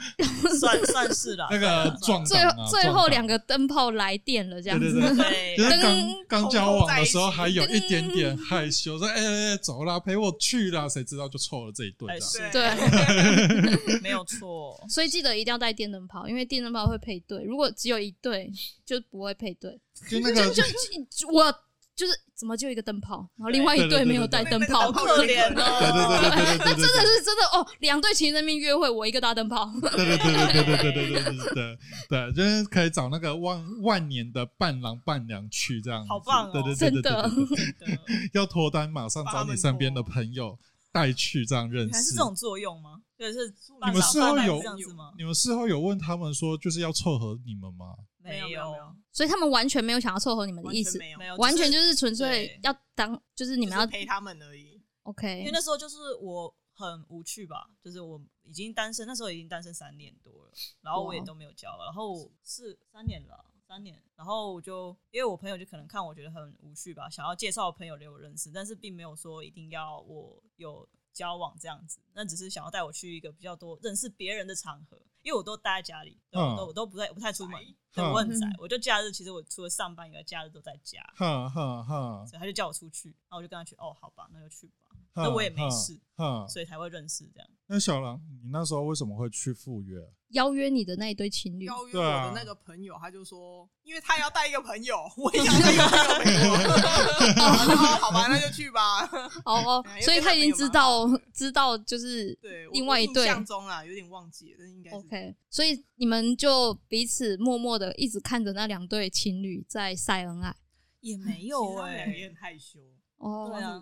Speaker 3: 算算是啦，算
Speaker 1: 那个
Speaker 3: 啦
Speaker 1: 撞
Speaker 2: 最
Speaker 1: 档啊
Speaker 2: 最
Speaker 1: 撞
Speaker 2: 后
Speaker 1: 档
Speaker 2: 两个灯泡来电了，这样
Speaker 1: 对
Speaker 2: 子。
Speaker 1: 对对，
Speaker 3: 对
Speaker 1: 就是刚
Speaker 2: 灯
Speaker 1: 刚交往的时候
Speaker 4: 碰碰在
Speaker 1: 还
Speaker 4: 一起
Speaker 1: 有一点点害羞，说哎哎哎走啦，陪我去啦，谁知道就凑了这一顿
Speaker 3: 哎
Speaker 1: 这样。
Speaker 3: 是
Speaker 2: 对
Speaker 3: 没有错，
Speaker 2: 所以记得一定要带电灯泡，因为电灯泡会配对，如果只有一对就不会配对。
Speaker 1: 就那个
Speaker 2: 就就我就是怎么就一个灯泡，然后另外一
Speaker 1: 对对对
Speaker 2: 对没有
Speaker 1: 对
Speaker 2: 带
Speaker 1: 对
Speaker 2: 灯
Speaker 4: 对
Speaker 2: 泡，
Speaker 4: 对对
Speaker 3: 可怜
Speaker 1: 对
Speaker 3: 哦。
Speaker 1: 对对对对对对
Speaker 2: 真的是真的哦，两对情人面约会，我一个大灯泡。
Speaker 1: 对对对对对对对对对对对对，就是可以找那个万万年的伴郎伴娘去这样子，
Speaker 3: 好棒哦
Speaker 1: 对对对对对对对对，
Speaker 3: 真的
Speaker 1: 要脱单马上找你身边的朋友带去这样认
Speaker 3: 还是
Speaker 1: 识
Speaker 3: 这。种作用吗？就是
Speaker 4: 你
Speaker 1: 们事后有
Speaker 3: 这样子吗？
Speaker 1: 你们事后有问他们说就是要凑合你们吗？
Speaker 3: 没
Speaker 4: 有没
Speaker 3: 有，
Speaker 2: 所以他们完全没有想要凑合你们的
Speaker 4: 完
Speaker 2: 意
Speaker 4: 全
Speaker 2: 思，
Speaker 4: 没有，
Speaker 3: 没有，
Speaker 2: 完全
Speaker 3: 是
Speaker 2: 就是纯粹
Speaker 3: 对
Speaker 2: 要当，就是你们要
Speaker 4: 就是陪他们而已，
Speaker 3: 因为
Speaker 2: OK
Speaker 3: 那时候就是我很无趣吧，就是我已经单身，那时候已经单身三年多了，然后我也
Speaker 2: 哇
Speaker 3: 都没有交了，然后是三年了。三年，然后我就因为我朋友就可能看我觉得很无趣吧，想要介绍朋友给我认识，但是并没有说一定要我有交往这样子，那只是想要带我去一个比较多认识别人的场合，因为我都待在家里，对我都
Speaker 1: 嗯
Speaker 3: 我都不太不太出门，对
Speaker 1: 宅
Speaker 3: 我很
Speaker 2: 嗯
Speaker 3: 宅，我就假日其实我除了上班以外，假日都在家，
Speaker 1: 哈哈哈，
Speaker 3: 所以他就叫我出去，然后我就跟他去，哦，好吧，那就去吧，
Speaker 1: 哈
Speaker 3: 那我也没事，
Speaker 1: 哈。哈
Speaker 3: 所以才会认识这样。
Speaker 1: 那小狼，你那时候为什么会去赴约？
Speaker 2: 邀约你的那一对情侣，
Speaker 4: 邀约
Speaker 1: 对
Speaker 4: 我
Speaker 1: 啊
Speaker 4: 的那个朋友，他就说，因为他要带一个朋友，我也想带一个朋友陪我，然后好吧，那就去吧。
Speaker 2: 哦哦
Speaker 4: 哎，呀
Speaker 2: 所以他已经知道
Speaker 4: 因为
Speaker 2: 知道就是
Speaker 4: 对，我
Speaker 2: 另外一
Speaker 4: 我
Speaker 2: 对
Speaker 4: 印象中啊啦，有点忘记了，但应该是
Speaker 2: OK，所以你们就彼此默默的一直看着那两对情侣在晒恩爱
Speaker 3: 也没
Speaker 4: 其实
Speaker 3: 有
Speaker 4: 他们
Speaker 3: 哎、
Speaker 4: 俩 也很害羞，
Speaker 2: 哦
Speaker 3: 对啊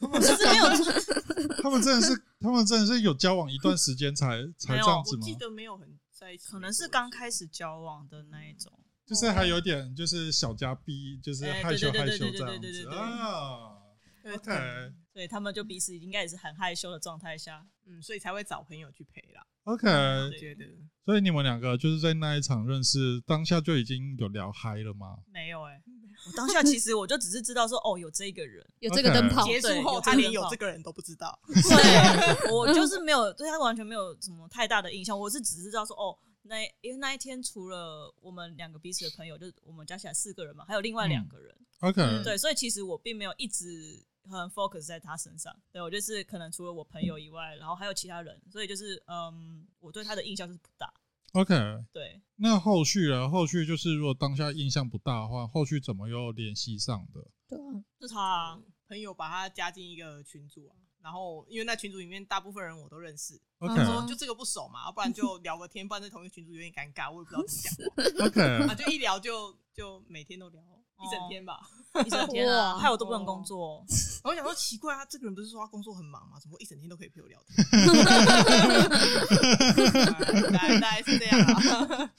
Speaker 4: 包括我们
Speaker 3: 就是没有，
Speaker 1: 他们真的是，他们真的是有交往一段时间才才
Speaker 3: 没有
Speaker 1: 这样子
Speaker 4: 我
Speaker 1: 吗
Speaker 4: 记？得没有很在一起，
Speaker 3: 可能是刚开始交往的那一种。
Speaker 1: 就是还有点就是小家碧，就是
Speaker 3: 哦哎
Speaker 1: 害羞
Speaker 3: 对
Speaker 1: 害
Speaker 3: 对对对
Speaker 1: 羞
Speaker 3: 对
Speaker 1: 这
Speaker 3: 对
Speaker 1: 样
Speaker 3: 对
Speaker 1: 子
Speaker 3: 对对
Speaker 1: 啊。
Speaker 4: 对
Speaker 1: OK，
Speaker 3: 对他们就彼此应该也是很害羞的状态下，
Speaker 4: 嗯，所以才会找朋友去陪啦。嗯
Speaker 1: OK，
Speaker 4: 我
Speaker 3: 对
Speaker 4: 觉得
Speaker 1: 所以你们两个就是在那一场认识，当下就已经有聊嗨了吗？
Speaker 3: 没有哎、我当下其实我就只是知道说，哦，有这个人，
Speaker 2: 有这个灯泡
Speaker 1: OK
Speaker 4: 结束后
Speaker 3: 对
Speaker 4: 他连有
Speaker 3: 有这个人
Speaker 4: 这个人都不知道，
Speaker 3: 对我就是没有对他完全没有什么太大的印象，我是只知道说哦，那因为那一天除了我们两个彼此的朋友，就是我们加起来四个人嘛，还有另外两个人，
Speaker 1: OK，、
Speaker 2: 嗯
Speaker 3: 对，所以其实我并没有一直很 focus 在他身上，对我就是可能除了我朋友以外，然后还有其他人，所以就是嗯，我对他的印象就是不大，
Speaker 1: OK，
Speaker 3: 对，
Speaker 1: 那后续呢？后续就是如果当下印象不大的话，后续怎么又联系上的？
Speaker 2: 对啊，
Speaker 3: 就是他啊
Speaker 4: 朋友把他加进一个群组啊。然后，因为那群组里面大部分人我都认识，
Speaker 1: OK
Speaker 2: 嗯
Speaker 3: 哦
Speaker 4: 就这个不 熟嘛，啊要不然就聊个天，不然在同一个群组有点尴尬，我也不知道怎么讲话。
Speaker 1: OK，
Speaker 4: 啊，就一聊就就每天都聊一整天
Speaker 1: 哦
Speaker 4: 吧。哦
Speaker 3: 一整天啊，
Speaker 2: 哇
Speaker 3: 害我都不能工 作，
Speaker 4: 然后我想说奇怪，他这个人不是说他工作很忙吗？怎么会一整天都可以陪我聊天？大概大概是这样啊。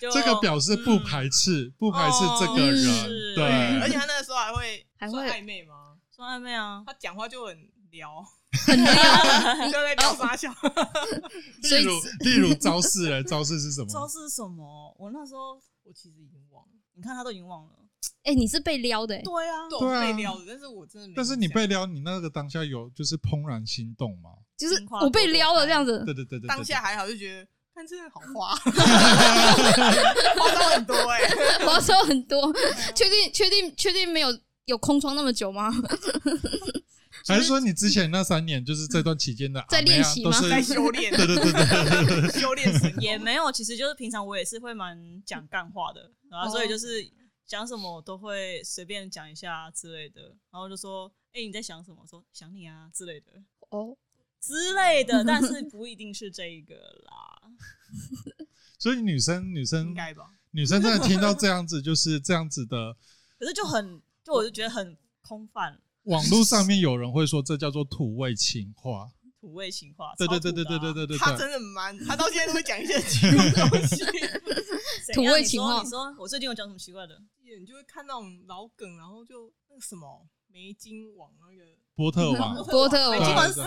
Speaker 3: 就
Speaker 1: 这个表示不排斥，不排斥这个
Speaker 2: 哦
Speaker 1: 人，
Speaker 3: 嗯是
Speaker 4: 而
Speaker 1: 对，
Speaker 4: 且他那个时候还会
Speaker 2: 还会
Speaker 4: 算暧昧吗？
Speaker 3: 说暧昧啊，
Speaker 1: 嗯
Speaker 4: 他讲话就很聊，
Speaker 2: 很
Speaker 4: 就
Speaker 2: 聊，
Speaker 4: 在聊傻笑。
Speaker 2: 所
Speaker 1: 例
Speaker 2: 以
Speaker 1: 如例如招式嘞，招式是什
Speaker 3: 知道
Speaker 1: 么？
Speaker 3: 是什么？我那时候
Speaker 4: 我其实已经忘了，
Speaker 3: 你看他都已经忘了。
Speaker 2: 哎、你是被撩的、欸，
Speaker 3: 对啊，
Speaker 4: 都
Speaker 1: 对啊
Speaker 4: 被撩的，但是我真的没印象。
Speaker 1: 但是你被撩，你那个当下有就是怦然心动吗？
Speaker 2: 就是
Speaker 3: 樱花
Speaker 2: 我被撩了这样子
Speaker 1: 对，对对对对，
Speaker 4: 当下还好，就 觉得看这人好花， 花招很多哎。
Speaker 2: 花招很多， 确定确定确定没有有空窗那么久吗？
Speaker 1: 还是说你之前那三年就是这段期间的
Speaker 2: 在
Speaker 1: 阿妹啊
Speaker 2: 练习吗
Speaker 1: 都是
Speaker 4: 在修炼，
Speaker 1: 对对对对，
Speaker 4: 修炼 神
Speaker 3: 也
Speaker 4: 也
Speaker 3: 没有，其实就是平常我也是会蛮讲干话的，然后所以就是讲什么我都会随便讲一下之类的，然后就说，哎、你在想什么？我说想你啊之类的
Speaker 2: 哦，
Speaker 3: 之类的，但是不一定是这一个啦。
Speaker 1: 所以女生女
Speaker 4: 应
Speaker 1: 生
Speaker 4: 该吧。
Speaker 1: 女生真的听到这样子，就是这样子的。
Speaker 3: 可是就很，就我就觉得很空泛，
Speaker 1: 网络上面有人会说这叫做土味情话，
Speaker 3: 土味情话，
Speaker 1: 对对
Speaker 3: 超土的
Speaker 1: 对对
Speaker 3: 啊
Speaker 1: 对对对对
Speaker 4: 他
Speaker 1: 对，
Speaker 4: 真的蛮，他到现在都会讲一些奇怪的东西，
Speaker 3: 怎
Speaker 2: 土
Speaker 3: 样
Speaker 2: 味
Speaker 3: 你
Speaker 2: 情
Speaker 3: 说
Speaker 2: 话
Speaker 3: 你说我最近有讲什么奇怪的？
Speaker 4: 你就会看那种老梗，然后就那个什么梅金网那个，
Speaker 1: 波特 王，
Speaker 2: 波特哦
Speaker 1: 对
Speaker 2: 王
Speaker 1: 对
Speaker 3: 金网
Speaker 1: 对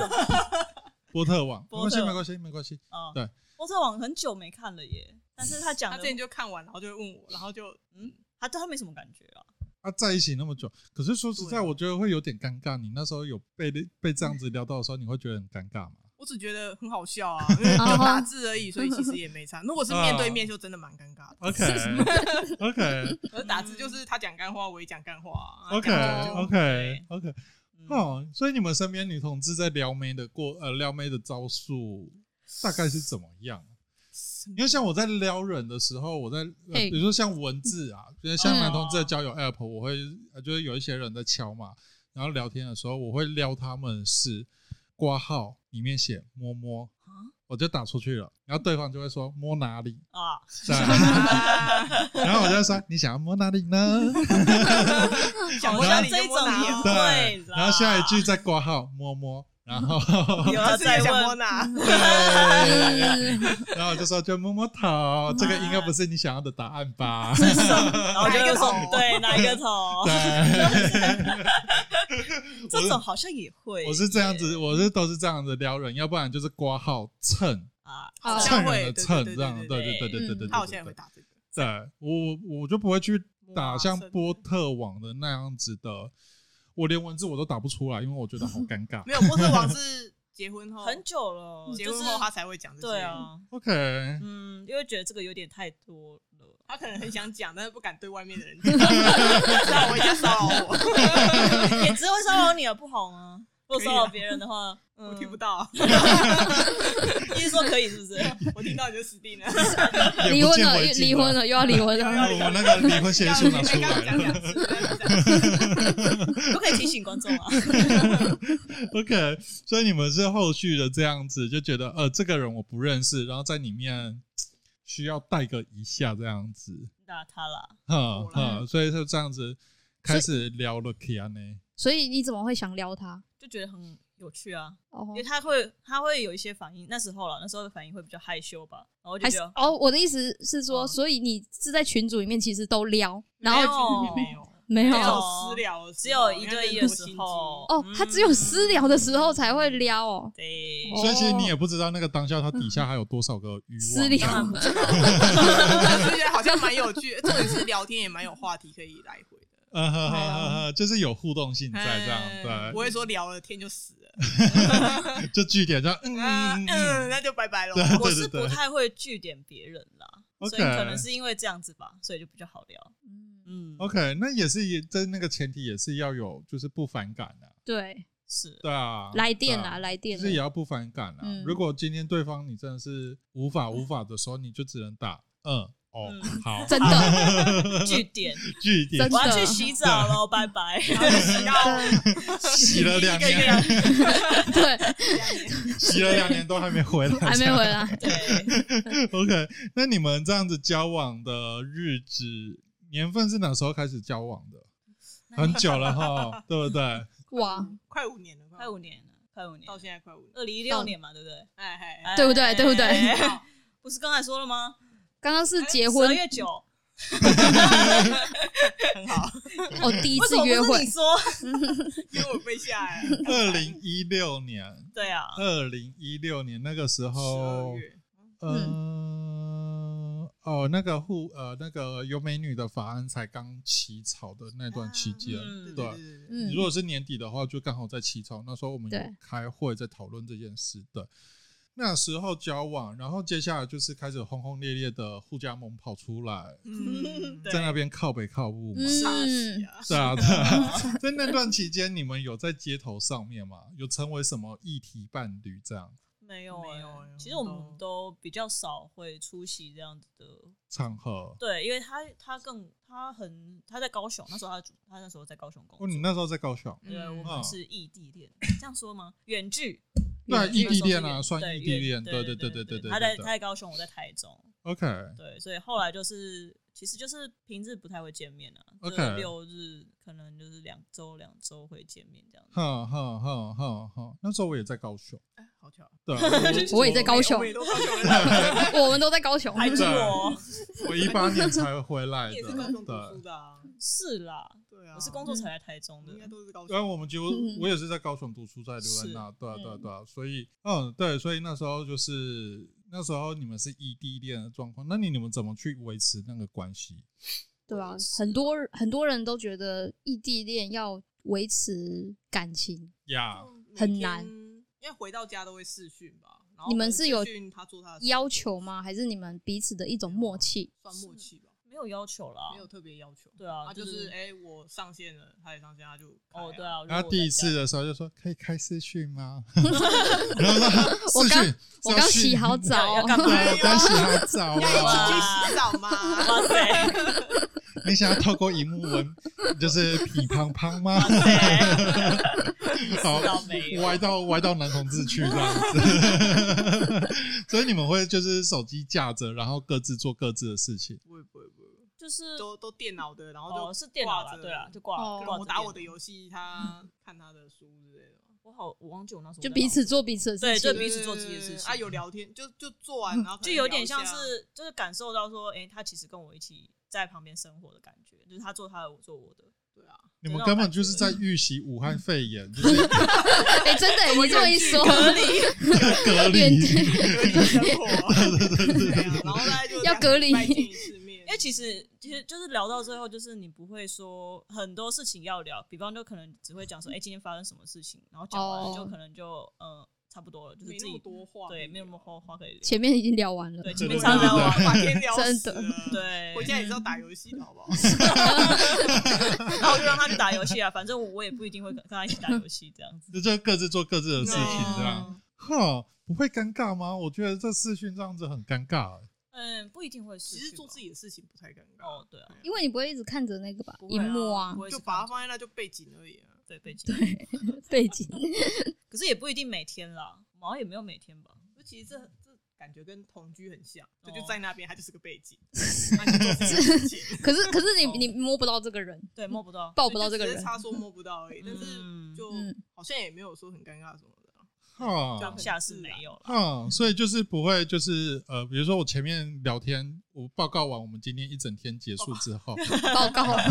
Speaker 1: 波特王，没
Speaker 3: 波
Speaker 1: 关
Speaker 3: 特
Speaker 1: 系没关系没关系，
Speaker 3: 啊，
Speaker 1: 对，
Speaker 3: 波特网很久没看了耶，但是他讲
Speaker 4: 他
Speaker 3: 的
Speaker 4: 之前就看完，然后就会问我，然后就
Speaker 3: 嗯，他对他没什么感觉啊，
Speaker 1: 啊，在一起那么久，可是说实在，
Speaker 4: 对
Speaker 1: 我觉得会有点尴尬。你那时候有被被这样子聊到的时候，你会觉得很尴尬吗？
Speaker 4: 我只觉得很好笑啊，因为就打字而已，所以其实也没差。如果是面对面，就真的蛮尴尬的。
Speaker 1: OK OK
Speaker 4: 可是打字就是他讲干话，我也讲干话啊。
Speaker 1: OK
Speaker 4: 然后就
Speaker 1: OK OK
Speaker 3: 嗯
Speaker 1: 哦，所以你们身边女同志在撩妹的过呃撩妹的招数大概是怎么样？因为像我在撩人的时候，我在、呃、
Speaker 2: 嘿
Speaker 1: 比如说像文字啊，比如像男同志的
Speaker 3: 嗯
Speaker 1: 交友 App，我会呃就是有一些人在敲嘛，然后聊天的时候，我会撩他们是挂号里面写摸摸，我就打出去了，然后对方就会说摸哪里，
Speaker 3: 啊，
Speaker 1: 这 样
Speaker 4: 啊
Speaker 1: 然后我就说你想要摸哪里呢？
Speaker 4: 想
Speaker 3: 好
Speaker 4: 摸哪
Speaker 3: 像
Speaker 4: 里
Speaker 3: 这
Speaker 4: 就
Speaker 3: 一
Speaker 4: 摸
Speaker 3: 种
Speaker 4: 哪
Speaker 3: 也
Speaker 4: 里，啊
Speaker 1: 对
Speaker 3: 会，啦。
Speaker 1: 然后下一句再挂号摸摸，然 后
Speaker 3: 有他
Speaker 4: 他啊自己
Speaker 3: 在
Speaker 4: 想摸
Speaker 3: 问，
Speaker 4: 哪，啊
Speaker 2: 哎
Speaker 1: 对，
Speaker 2: 嗯
Speaker 1: 然后我就说就摸摸头，这个应该不是你想要的答案吧？
Speaker 3: 然后我就
Speaker 4: 哪一
Speaker 3: 会
Speaker 4: 个头
Speaker 3: 说对哪一个 头，
Speaker 1: 我
Speaker 3: 这
Speaker 1: 是
Speaker 3: 种好像也会耶，
Speaker 1: 我是这样子，我是都是这样子撩人，要不然就是挂号蹭
Speaker 3: 啊，
Speaker 4: 好
Speaker 1: 蹭
Speaker 4: 像
Speaker 1: 人的
Speaker 4: 会
Speaker 1: 蹭这样，
Speaker 4: 对
Speaker 1: 对对对对对对，
Speaker 4: 他好像也会打这个。
Speaker 1: 对我我就不会去打像
Speaker 4: 哇
Speaker 1: 波特网的那样子的，我连文字我都打不出来，因为我觉得好尴尬
Speaker 4: 没。有波特王是结婚后，
Speaker 3: 很久了，
Speaker 4: 结
Speaker 3: 哦就是
Speaker 4: 婚后他才会讲这些。
Speaker 3: 对，啊，
Speaker 1: OK，
Speaker 3: 嗯，因为觉得这个有点太多 了。
Speaker 4: 他可能很想讲，但是不敢对外面的人讲， 知道我一下骚扰我，
Speaker 3: 也只会骚扰你啊，不好吗？
Speaker 1: 啊
Speaker 3: 如果骚扰别人的话，嗯，
Speaker 4: 我听不到，
Speaker 3: 意思说可以是不 是？
Speaker 4: 我听到你就死定了。
Speaker 1: 也
Speaker 2: 离
Speaker 1: 不
Speaker 2: 婚
Speaker 1: 见
Speaker 2: 了，
Speaker 1: 为
Speaker 2: 又
Speaker 1: 净
Speaker 2: 离婚了，又要离婚了。
Speaker 1: 我们那个离婚协议书拿出
Speaker 4: 刚刚
Speaker 1: 来
Speaker 4: 讲
Speaker 1: 了。
Speaker 4: 两次，再讲
Speaker 3: 不可以提醒观众啊。
Speaker 1: OK，所以你们是后续的这样子，就觉得呃，这个人我不认识，然后在里面需要带个一下这样子，
Speaker 3: 打他啦，
Speaker 1: 哈
Speaker 4: 我啦
Speaker 1: 哈，所以就这样子开始聊了 k i a n
Speaker 2: 所以你怎么会想撩他？
Speaker 3: 就觉得很有趣啊，
Speaker 2: 哦
Speaker 3: 因为，他会他会有一些反应，那时候了，那时候的反应会比较害羞吧，然后就
Speaker 2: 还
Speaker 3: 觉
Speaker 2: 是
Speaker 3: 得
Speaker 2: 哦，我的意思是说，
Speaker 3: 嗯
Speaker 2: 所以你是在群组里面其实都撩，然
Speaker 3: 哦没
Speaker 2: 后
Speaker 3: 有
Speaker 4: 没有。
Speaker 2: 没有
Speaker 4: 没有
Speaker 3: 有
Speaker 4: 私聊的时候，
Speaker 3: 只有一对一的时候，
Speaker 2: 哦，他只
Speaker 3: 嗯
Speaker 2: 有私聊的时候才会撩哦。
Speaker 3: 对，
Speaker 2: 哦
Speaker 1: 所以其实你也不知道那个当下他底下还有多少个欲
Speaker 2: 私
Speaker 1: 望这
Speaker 2: 聊
Speaker 1: 样，
Speaker 4: 我就觉得好像蛮有趣，重点是聊天也蛮有话题可以来回的。
Speaker 1: 呃呵呵呵呵，就是有互动性在这样，
Speaker 4: 嗯不会说聊了天就死了，
Speaker 1: 对，就据点这样，嗯
Speaker 4: 啊
Speaker 1: 嗯嗯
Speaker 4: 嗯，
Speaker 1: 嗯，
Speaker 4: 那就拜拜喽。
Speaker 1: 对
Speaker 3: 我
Speaker 1: 对
Speaker 3: 是
Speaker 1: 对
Speaker 3: 不太会据点别人啦，所
Speaker 1: OK
Speaker 3: 以可能是因为这样子吧，所以就比较好聊。
Speaker 2: 嗯，
Speaker 3: 嗯
Speaker 1: OK，那也是也在那个前提也是要有就是不反感的、啊，
Speaker 2: 对，
Speaker 3: 是
Speaker 1: 对啊，
Speaker 2: 来电
Speaker 1: 对啊
Speaker 2: 啦，来电
Speaker 1: 就
Speaker 2: 啦
Speaker 1: 是也要不反感啊。
Speaker 2: 嗯
Speaker 1: 如果今天对方你真的是无法无法的时候，你就只能打嗯哦
Speaker 3: 嗯
Speaker 1: 好，
Speaker 2: 真的，
Speaker 3: 据点，
Speaker 1: 据点
Speaker 2: 真
Speaker 3: 我要去洗澡喽，拜拜。
Speaker 1: 洗了两
Speaker 4: 一个
Speaker 1: 年，
Speaker 4: 月
Speaker 2: 对，
Speaker 1: 洗了两年都还没回来，
Speaker 2: 还没回来。
Speaker 3: 对，
Speaker 1: OK。那你们这样子交往的日子年份是哪时候开始交往的？很久了 哈，对不对？
Speaker 2: 哇，
Speaker 4: 快五年了吧，
Speaker 3: 快五年了，快五年了，
Speaker 4: 到现在快五年，
Speaker 3: 二零一六年嘛，对不对？
Speaker 4: 哎
Speaker 3: 哎
Speaker 4: 哎，
Speaker 2: 对不对对不对？
Speaker 3: 不是刚才说了吗？
Speaker 2: 刚刚是结
Speaker 3: 哎十
Speaker 2: 婚
Speaker 3: 二月九，
Speaker 4: 很好，
Speaker 2: 哦，第一
Speaker 3: 为
Speaker 2: 次
Speaker 3: 什么
Speaker 2: 约
Speaker 3: 不是
Speaker 2: 会
Speaker 3: 你，说？
Speaker 4: 因为我被吓哎。
Speaker 1: 二零一六年，
Speaker 3: 对啊，
Speaker 1: 二零一六年那个时
Speaker 4: 十二
Speaker 1: 候，
Speaker 4: 月，
Speaker 1: 嗯，哦，那个护呃那个有美女的法案才刚起草的那段期间，
Speaker 3: 嗯
Speaker 1: 对
Speaker 4: 对对对，
Speaker 2: 嗯
Speaker 1: 你如果是年底的话，就刚好在起草。那时候我们有
Speaker 2: 对
Speaker 1: 开会在讨论这件事的。那时候交往，然后接下来就是开始轰轰烈烈的互加盟跑出来，
Speaker 4: 嗯，
Speaker 3: 对
Speaker 1: 在那边靠北靠物嘛。
Speaker 2: 嗯
Speaker 4: 傻死
Speaker 1: 对啊，
Speaker 4: 啊！
Speaker 1: 对啊。 在那段期间，你们有在街头上面吗？有成为什么议题伴侣这样
Speaker 3: 没有
Speaker 4: 没
Speaker 3: 哎、
Speaker 4: 有哎
Speaker 3: 其实我
Speaker 4: 我
Speaker 3: 们
Speaker 4: 都
Speaker 3: 都比较少会出席这样子的，
Speaker 1: 场合？
Speaker 3: 对，因为他他更他很他在高雄，那时候他主他那时候在高雄工
Speaker 1: 哦，
Speaker 3: 作，
Speaker 1: 你那时候在高雄，
Speaker 3: 对，我
Speaker 1: 嗯
Speaker 3: 们是异地恋，这样说吗？远距，
Speaker 1: 那
Speaker 3: 远距
Speaker 1: 异地恋
Speaker 3: 那
Speaker 1: 啊，
Speaker 3: 时候
Speaker 1: 算
Speaker 3: 是远
Speaker 1: 异地恋，
Speaker 3: 对
Speaker 1: 对
Speaker 3: 对
Speaker 1: 对对
Speaker 3: 对
Speaker 1: 对对。
Speaker 3: 他在
Speaker 1: 对
Speaker 3: 他在高雄，我在台中，
Speaker 1: OK，
Speaker 3: 对，所以后来就是其实就是平日不太会见面啊
Speaker 1: OK
Speaker 3: 就是六日可能就是两周两周会见面这样子。
Speaker 1: 哼哼哼哼哼，那时候我也在高雄，
Speaker 4: 哎好巧，
Speaker 1: 对啊，我
Speaker 2: 我也在高雄
Speaker 4: 我们也都高雄人，
Speaker 2: 我们都在高雄，
Speaker 3: 还是
Speaker 1: 对
Speaker 3: 我
Speaker 1: 我一八年才回来
Speaker 4: 你也是 高雄读
Speaker 1: 的
Speaker 4: 书，的啊，
Speaker 3: 是啦，
Speaker 4: 对啊，啊
Speaker 3: 我是工作才来台中
Speaker 4: 我
Speaker 3: 的
Speaker 4: 们嗯应。该都是高
Speaker 1: 对，然后
Speaker 3: 啊
Speaker 4: 雄。
Speaker 1: 我们就
Speaker 2: 嗯
Speaker 1: 我也是在高雄读书，在留在那，对啊对啊对啊，所以嗯对，所以那时候就是那时候你们是异地恋的状况，那你你们怎么去维持那个关系？
Speaker 2: 对啊，很多很多人都觉得异地恋要维持感情，
Speaker 1: 呀、
Speaker 4: 哦
Speaker 2: 很难
Speaker 4: 每天，因为回到家都会视讯吧。然后
Speaker 2: 你们是有
Speaker 4: 视讯他做
Speaker 3: 啊
Speaker 4: 他的事
Speaker 2: 要求吗？还是你们彼此的一种默契？
Speaker 4: 算默契吧，
Speaker 3: 没有要求啦
Speaker 4: 没，有特别要求。
Speaker 2: 嗯
Speaker 3: 对啊
Speaker 4: 他
Speaker 3: 就
Speaker 4: 就是是哎，我上线了，他也上线，他就开
Speaker 3: 哦，对，啊，如果
Speaker 1: 然后
Speaker 3: 我
Speaker 1: 第
Speaker 3: 在
Speaker 1: 一
Speaker 3: 家
Speaker 1: 次的时候就说可以开视讯吗？然后说
Speaker 2: 我
Speaker 1: 视
Speaker 2: 刚
Speaker 1: 讯，
Speaker 2: 我刚洗好
Speaker 1: 澡，
Speaker 2: 澡 哦
Speaker 3: 要，
Speaker 4: 哦
Speaker 3: 干嘛
Speaker 1: 对，我刚洗啊好澡
Speaker 4: 要一
Speaker 1: 了。
Speaker 4: 哎起去洗澡 吗？
Speaker 3: 哇塞，
Speaker 1: 你想要透过荧幕闻，就是痞胖胖吗？ 好
Speaker 3: 倒没有
Speaker 1: 歪到歪到男同志去这样子。 所以你们会就是手机架着，然后各自做各自的事情。
Speaker 4: 不会不会不会，
Speaker 3: 就是
Speaker 4: 都都电脑的，然后就
Speaker 3: 哦是电脑
Speaker 4: 挂
Speaker 3: 啦，
Speaker 4: 着
Speaker 3: 对啦，就挂
Speaker 2: 哦
Speaker 3: 挂着
Speaker 4: 我打我的
Speaker 3: 电脑，
Speaker 4: 游戏，他看他的书之类的。
Speaker 3: 我好我忘记我那时候
Speaker 2: 就
Speaker 3: 在
Speaker 2: 彼
Speaker 3: 忙
Speaker 2: 此做彼此的
Speaker 3: 对
Speaker 2: 事情
Speaker 3: 就。彼此做自己的事情
Speaker 4: 啊，有聊天就就做完，然后可能
Speaker 3: 就有
Speaker 4: 聊
Speaker 3: 点
Speaker 4: 一下
Speaker 3: 像是就是感受到说，哎、他其实跟我一起在旁边生活的感觉，就是他做他的，我做我的。
Speaker 4: 对啊，
Speaker 1: 你们根本就是在预习武汉肺炎，就是
Speaker 2: 哎，真的，你这么一说，
Speaker 1: 隔
Speaker 2: 远
Speaker 1: 离。
Speaker 4: 隔离生活，对啊，然后大家就
Speaker 2: 要隔离
Speaker 4: 两个礼拜见一次面，
Speaker 3: 因为其实其实就是聊到最后，就是你不会说很多事情要聊，比方就可能只会讲说，哎、今天发生什么事情，然后讲完
Speaker 2: 哦
Speaker 3: 就可能就呃差不多了，就是
Speaker 4: 没
Speaker 3: 自
Speaker 4: 那么
Speaker 3: 己
Speaker 4: 多话，
Speaker 3: 对没有那么多话可以聊。
Speaker 2: 前面已经聊完了，
Speaker 3: 对，
Speaker 1: 对
Speaker 3: 前
Speaker 1: 对
Speaker 3: 面
Speaker 1: 对
Speaker 3: 常聊
Speaker 1: 对
Speaker 3: 完，
Speaker 4: 把天聊死了
Speaker 2: 真
Speaker 3: 对，
Speaker 4: 回家也是要打游戏的好不好？
Speaker 3: 然后我就让他去打游戏啊，反正我也不一定会跟他一起打游戏这样子。
Speaker 1: 就就各自做各自的事情这样。
Speaker 4: 嗯
Speaker 1: 哼，不会尴尬吗？我觉得这视讯这样子很尴尬、欸
Speaker 3: 嗯，不一定会失
Speaker 4: 其
Speaker 3: 去吧。
Speaker 4: 实做自己的事情不太尴尬，
Speaker 3: 哦，对啊，
Speaker 2: 因为你不会一直看着那个吧，
Speaker 3: 不会
Speaker 2: 荧幕
Speaker 3: 啊
Speaker 2: 啊
Speaker 3: 不，会
Speaker 4: 就是把它
Speaker 3: 看
Speaker 4: 放在那就背景而已啊。
Speaker 3: 对背景，
Speaker 2: 背景。
Speaker 3: 可是也不一定每天啦，我们好像也没有每天吧。
Speaker 4: 就其实这这感觉跟同居很像，
Speaker 3: 哦
Speaker 4: 就就在那边，它就是个背景，它就做自己的事情，
Speaker 2: 可是可是
Speaker 3: 哦
Speaker 2: 你你摸不到这个人，
Speaker 3: 对，摸不到。
Speaker 2: 嗯抱不到这个
Speaker 4: 就只
Speaker 2: 人
Speaker 4: 是，差说摸不到而已，但
Speaker 3: 嗯
Speaker 4: 是就
Speaker 2: 嗯
Speaker 4: 好像也没有说很尴尬什么的啊。
Speaker 1: 哈，
Speaker 3: 当下是没有了。
Speaker 1: 嗯，所以就是不会，就是呃，比如说我前面聊天，我报告完我们今天一整天结束之后，
Speaker 2: 报告啊